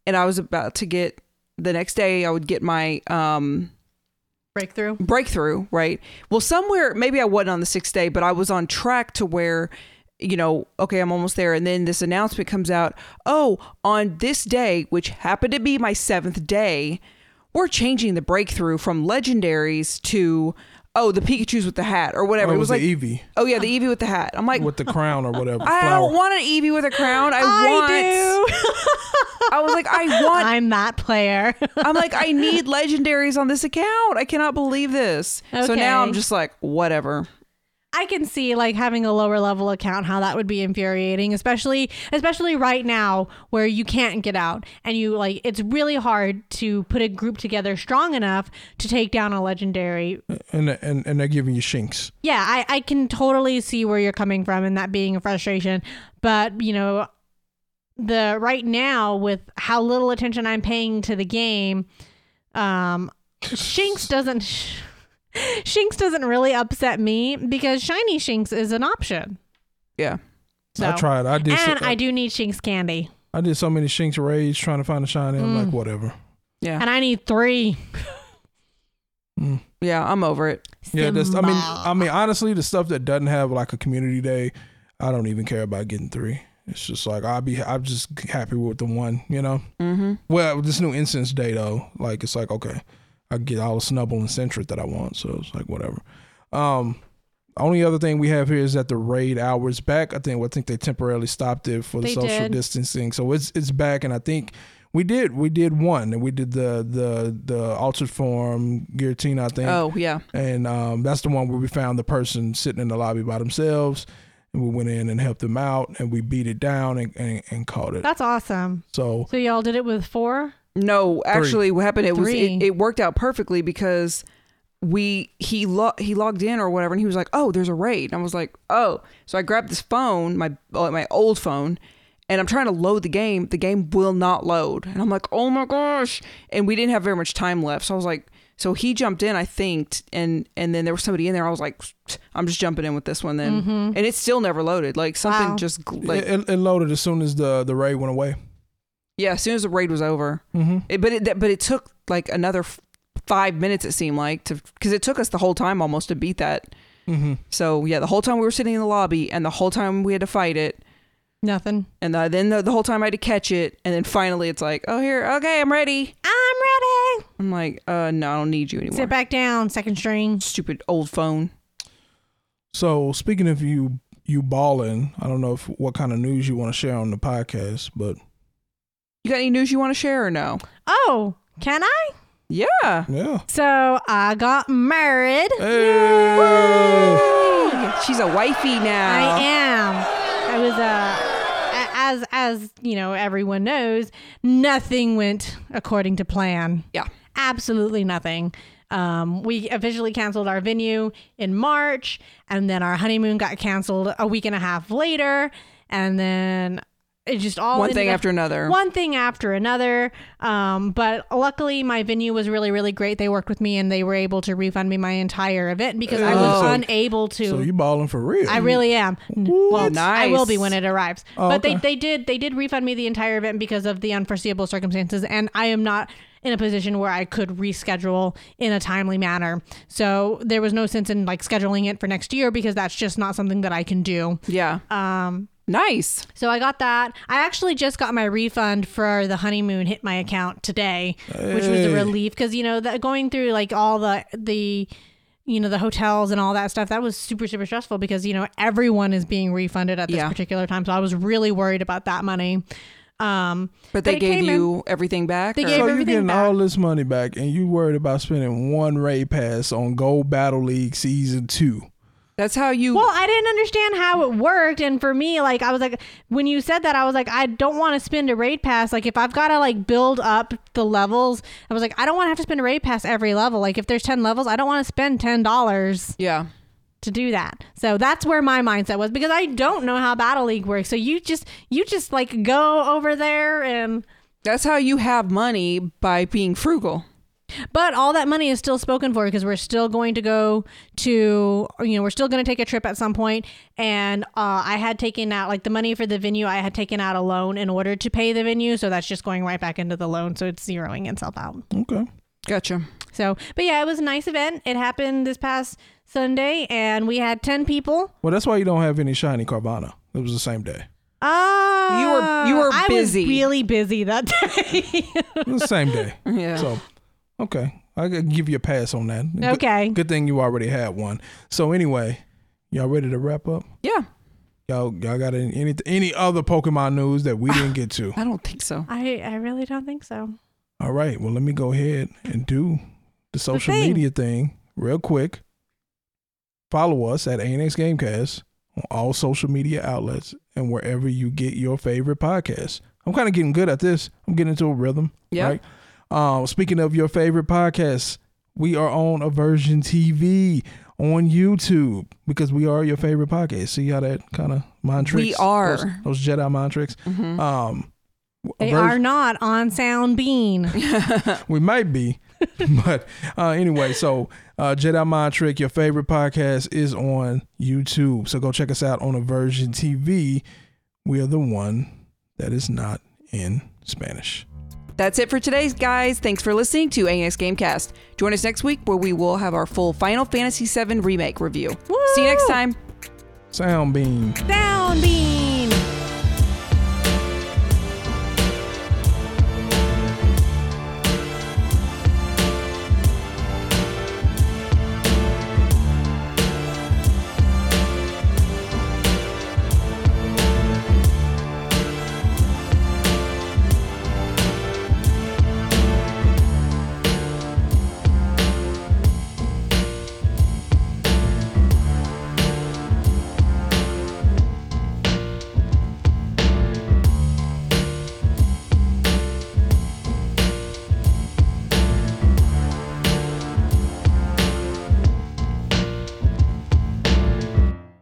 A: and i was about to get the next day i would get my um
B: Breakthrough.
A: breakthrough, right? Well, somewhere maybe I wasn't on the sixth day, but I was on track to where, you know, okay, I'm almost there. And then this announcement comes out, oh, on this day, which happened to be my seventh day, we're changing the breakthrough from legendaries to oh, the Pikachu's with the hat or whatever.
C: Oh,
A: it was like
C: Evie
A: oh yeah, the Eevee with the hat. I'm like.
C: with the crown or whatever.
A: I
C: flower.
A: don't want an Eevee with a crown. I, want. I was like, I want.
B: I'm that player.
A: I'm like, I need legendaries on this account. I cannot believe this. So now
B: Okay.
A: I'm just like, whatever.
B: I can see like having a lower level account how that would be infuriating, especially especially right now where you can't get out and you like it's really hard to put a group together strong enough to take down a legendary.
C: and and and they're giving you shinks.
B: Yeah, I, I can totally see where you're coming from and that being a frustration. But, you know, the right now with how little attention I'm paying to the game, um Shinx doesn't Shinx doesn't really upset me because shiny Shinx is an option.
A: Yeah.
B: So.
C: I tried. I did. So,
B: and I do need Shinx candy.
C: I did so many shinks raids trying to find a shiny. I'm
B: Mm.
C: like, whatever.
A: Yeah.
B: And I need three.
A: yeah, I'm over it.
C: Yeah, that's. I mean, I mean, honestly, the stuff that doesn't have like a community day, I don't even care about getting three. It's just like I'll be. I'm just happy with the one. You know. Mm-hmm. Well, this new incense day though, like it's like okay, I get all the snubble and centric that I want, so it's like whatever. Um, only other thing we have here is that the raid hours back. I think. Well, I think they temporarily stopped it for the
B: They
C: social
B: did.
C: distancing, so it's it's back, and I think. We did, we did one, and we did the the the altered form guillotine. I think
A: Oh, yeah.
C: and um, that's the one where we found the person sitting in the lobby by themselves and we went in and helped them out and we beat it down and, and, and caught it
B: That's awesome.
C: so
B: So y'all did it with four?
A: No, actually, what happened? It was
B: Three.
A: it, it worked out perfectly because we he lo- he logged in or whatever, and he was like, "Oh, there's a raid." And I was like, "Oh," so I grabbed this phone, my uh, my old phone, and I'm trying to load the game. The game will not load, and I'm like, "Oh my gosh!" And we didn't have very much time left, so I was like. So he jumped in, I think, and and then there was somebody in there. I was like, "I'm just jumping in with this one then," and it still never loaded. Like something
B: Mm-hmm. Wow.
A: just gl- like
C: it, it- it loaded as soon as the, the raid went away
A: Yeah, as soon as the raid was over.
C: Mhm.
A: It, but it that- but it took like another f- five minutes. It seemed like to because it took us the whole time almost to beat that.
C: mm-hmm.
A: So yeah, the whole time we were sitting in the lobby, and the whole time we had to fight it,
B: Nothing.
A: and the, then the, the whole time I had to catch it, and then finally it's like, oh here, okay, I'm ready.
B: I'm ready.
A: I'm like, uh, no, I don't need you anymore.
B: Sit back down, second string.
A: Stupid old phone.
C: so speaking of you you balling i don't know if what kind of news you want to share on the podcast but
A: You got any news you want to share or no?
B: Oh, can I?
A: Yeah.
C: yeah
B: So I got married.
C: hey
A: She's a wifey now.
B: I am. I was uh a- as as you know everyone knows, nothing went according to plan.
A: Yeah.
B: Absolutely nothing. Um, we officially canceled our venue in March, and then our honeymoon got canceled a week and a half later, and then it just all
A: One
B: ended
A: thing
B: up-
A: after another.
B: one thing after another. Um, but luckily, my venue was really, really great. They worked with me and they were able to refund me my entire event because I was
C: Oh.
B: unable to.
C: so you balling for real
B: I really am. N- Well, I
A: Nice.
B: will be when it arrives.
C: Oh,
B: but
C: okay.
B: they, they did they did refund me the entire event because of the unforeseeable circumstances, and I am not in a position where I could reschedule in a timely manner. So there was no sense in like scheduling it for next year because that's just not something that I can do.
A: yeah.
B: Um,
A: nice.
B: so I got that. I actually just got my refund for the honeymoon hit my account today, which was
C: Hey.
B: a relief because you know that going through like all the the you know the hotels and all that stuff that was super super stressful because you know everyone is being refunded at this
A: Yeah.
B: particular time. So I was really worried about that money. Um,
A: But they
B: it
A: gave
B: came in.
A: you everything back.
B: They
A: or-
B: gave
C: so you
B: everything
C: getting
B: back.
C: all this money back and you worried about spending one raid pass on gold battle league season two
A: That's how you.
B: Well, I didn't understand how it worked, and for me, like I was like, when you said that, I was like, I don't want to spend a raid pass. Like if I've got to like build up the levels, I was like, I don't want to have to spend a raid pass every level. Like if there's ten levels, I don't want to spend ten dollars
A: yeah.
B: to do that. So that's where my mindset was because I don't know how Battle League works. So you just you just like go over there and.
A: That's how you have money by being frugal.
B: But all that money is still spoken for because we're still going to go to, you know, we're still going to take a trip at some point. And uh, I had taken out, like, the money for the venue, I had taken out a loan in order to pay the venue. So that's just going right back into the loan. So it's zeroing itself out.
C: Okay.
A: Gotcha.
B: So, but yeah, it was a nice event. It happened this past Sunday and we had 10 people.
C: Well, that's why you don't have any shiny Carvana. It was the same day.
B: Uh,
A: You were- you were
B: I
A: busy.
B: was really busy that day.
C: It was the same day.
A: Yeah.
C: So, okay. I could give you a pass on that. Good-
B: okay.
C: Good thing you already had one. So anyway, y'all ready to wrap up?
A: yeah.
C: Y'all, y'all got any, any any other Pokemon news that we didn't get to?
A: I don't think so.
B: I, I really don't think so.
C: All right. Well, let me go ahead and do the social
B: thing.
C: media thing real quick. Follow us at ANX Gamecast on all social media outlets and wherever you get your favorite podcasts. I'm kind of getting good at this. I'm getting into a rhythm.
A: Yeah.
C: Right. Um, speaking of your favorite podcasts, we are on Aversion TV on YouTube because we are your favorite podcast. See how that kind of mind tricks?
A: We are. Mm-hmm.
C: Those, those Jedi mind tricks. Um,
B: They
C: Aversion-
B: are not on Sound Bean.
C: we might be. but uh, anyway, so uh, Jedi Mind Trick, your favorite podcast, is on YouTube. So go check us out on Aversion TV. We are the one that is not in Spanish.
A: That's it for today, guys. Thanks for listening to ANX Gamecast. Join us next week where we will have our full Final Fantasy VII Remake review. See you next
B: Woo!
A: time.
C: Sound beam.
B: Sound Bean.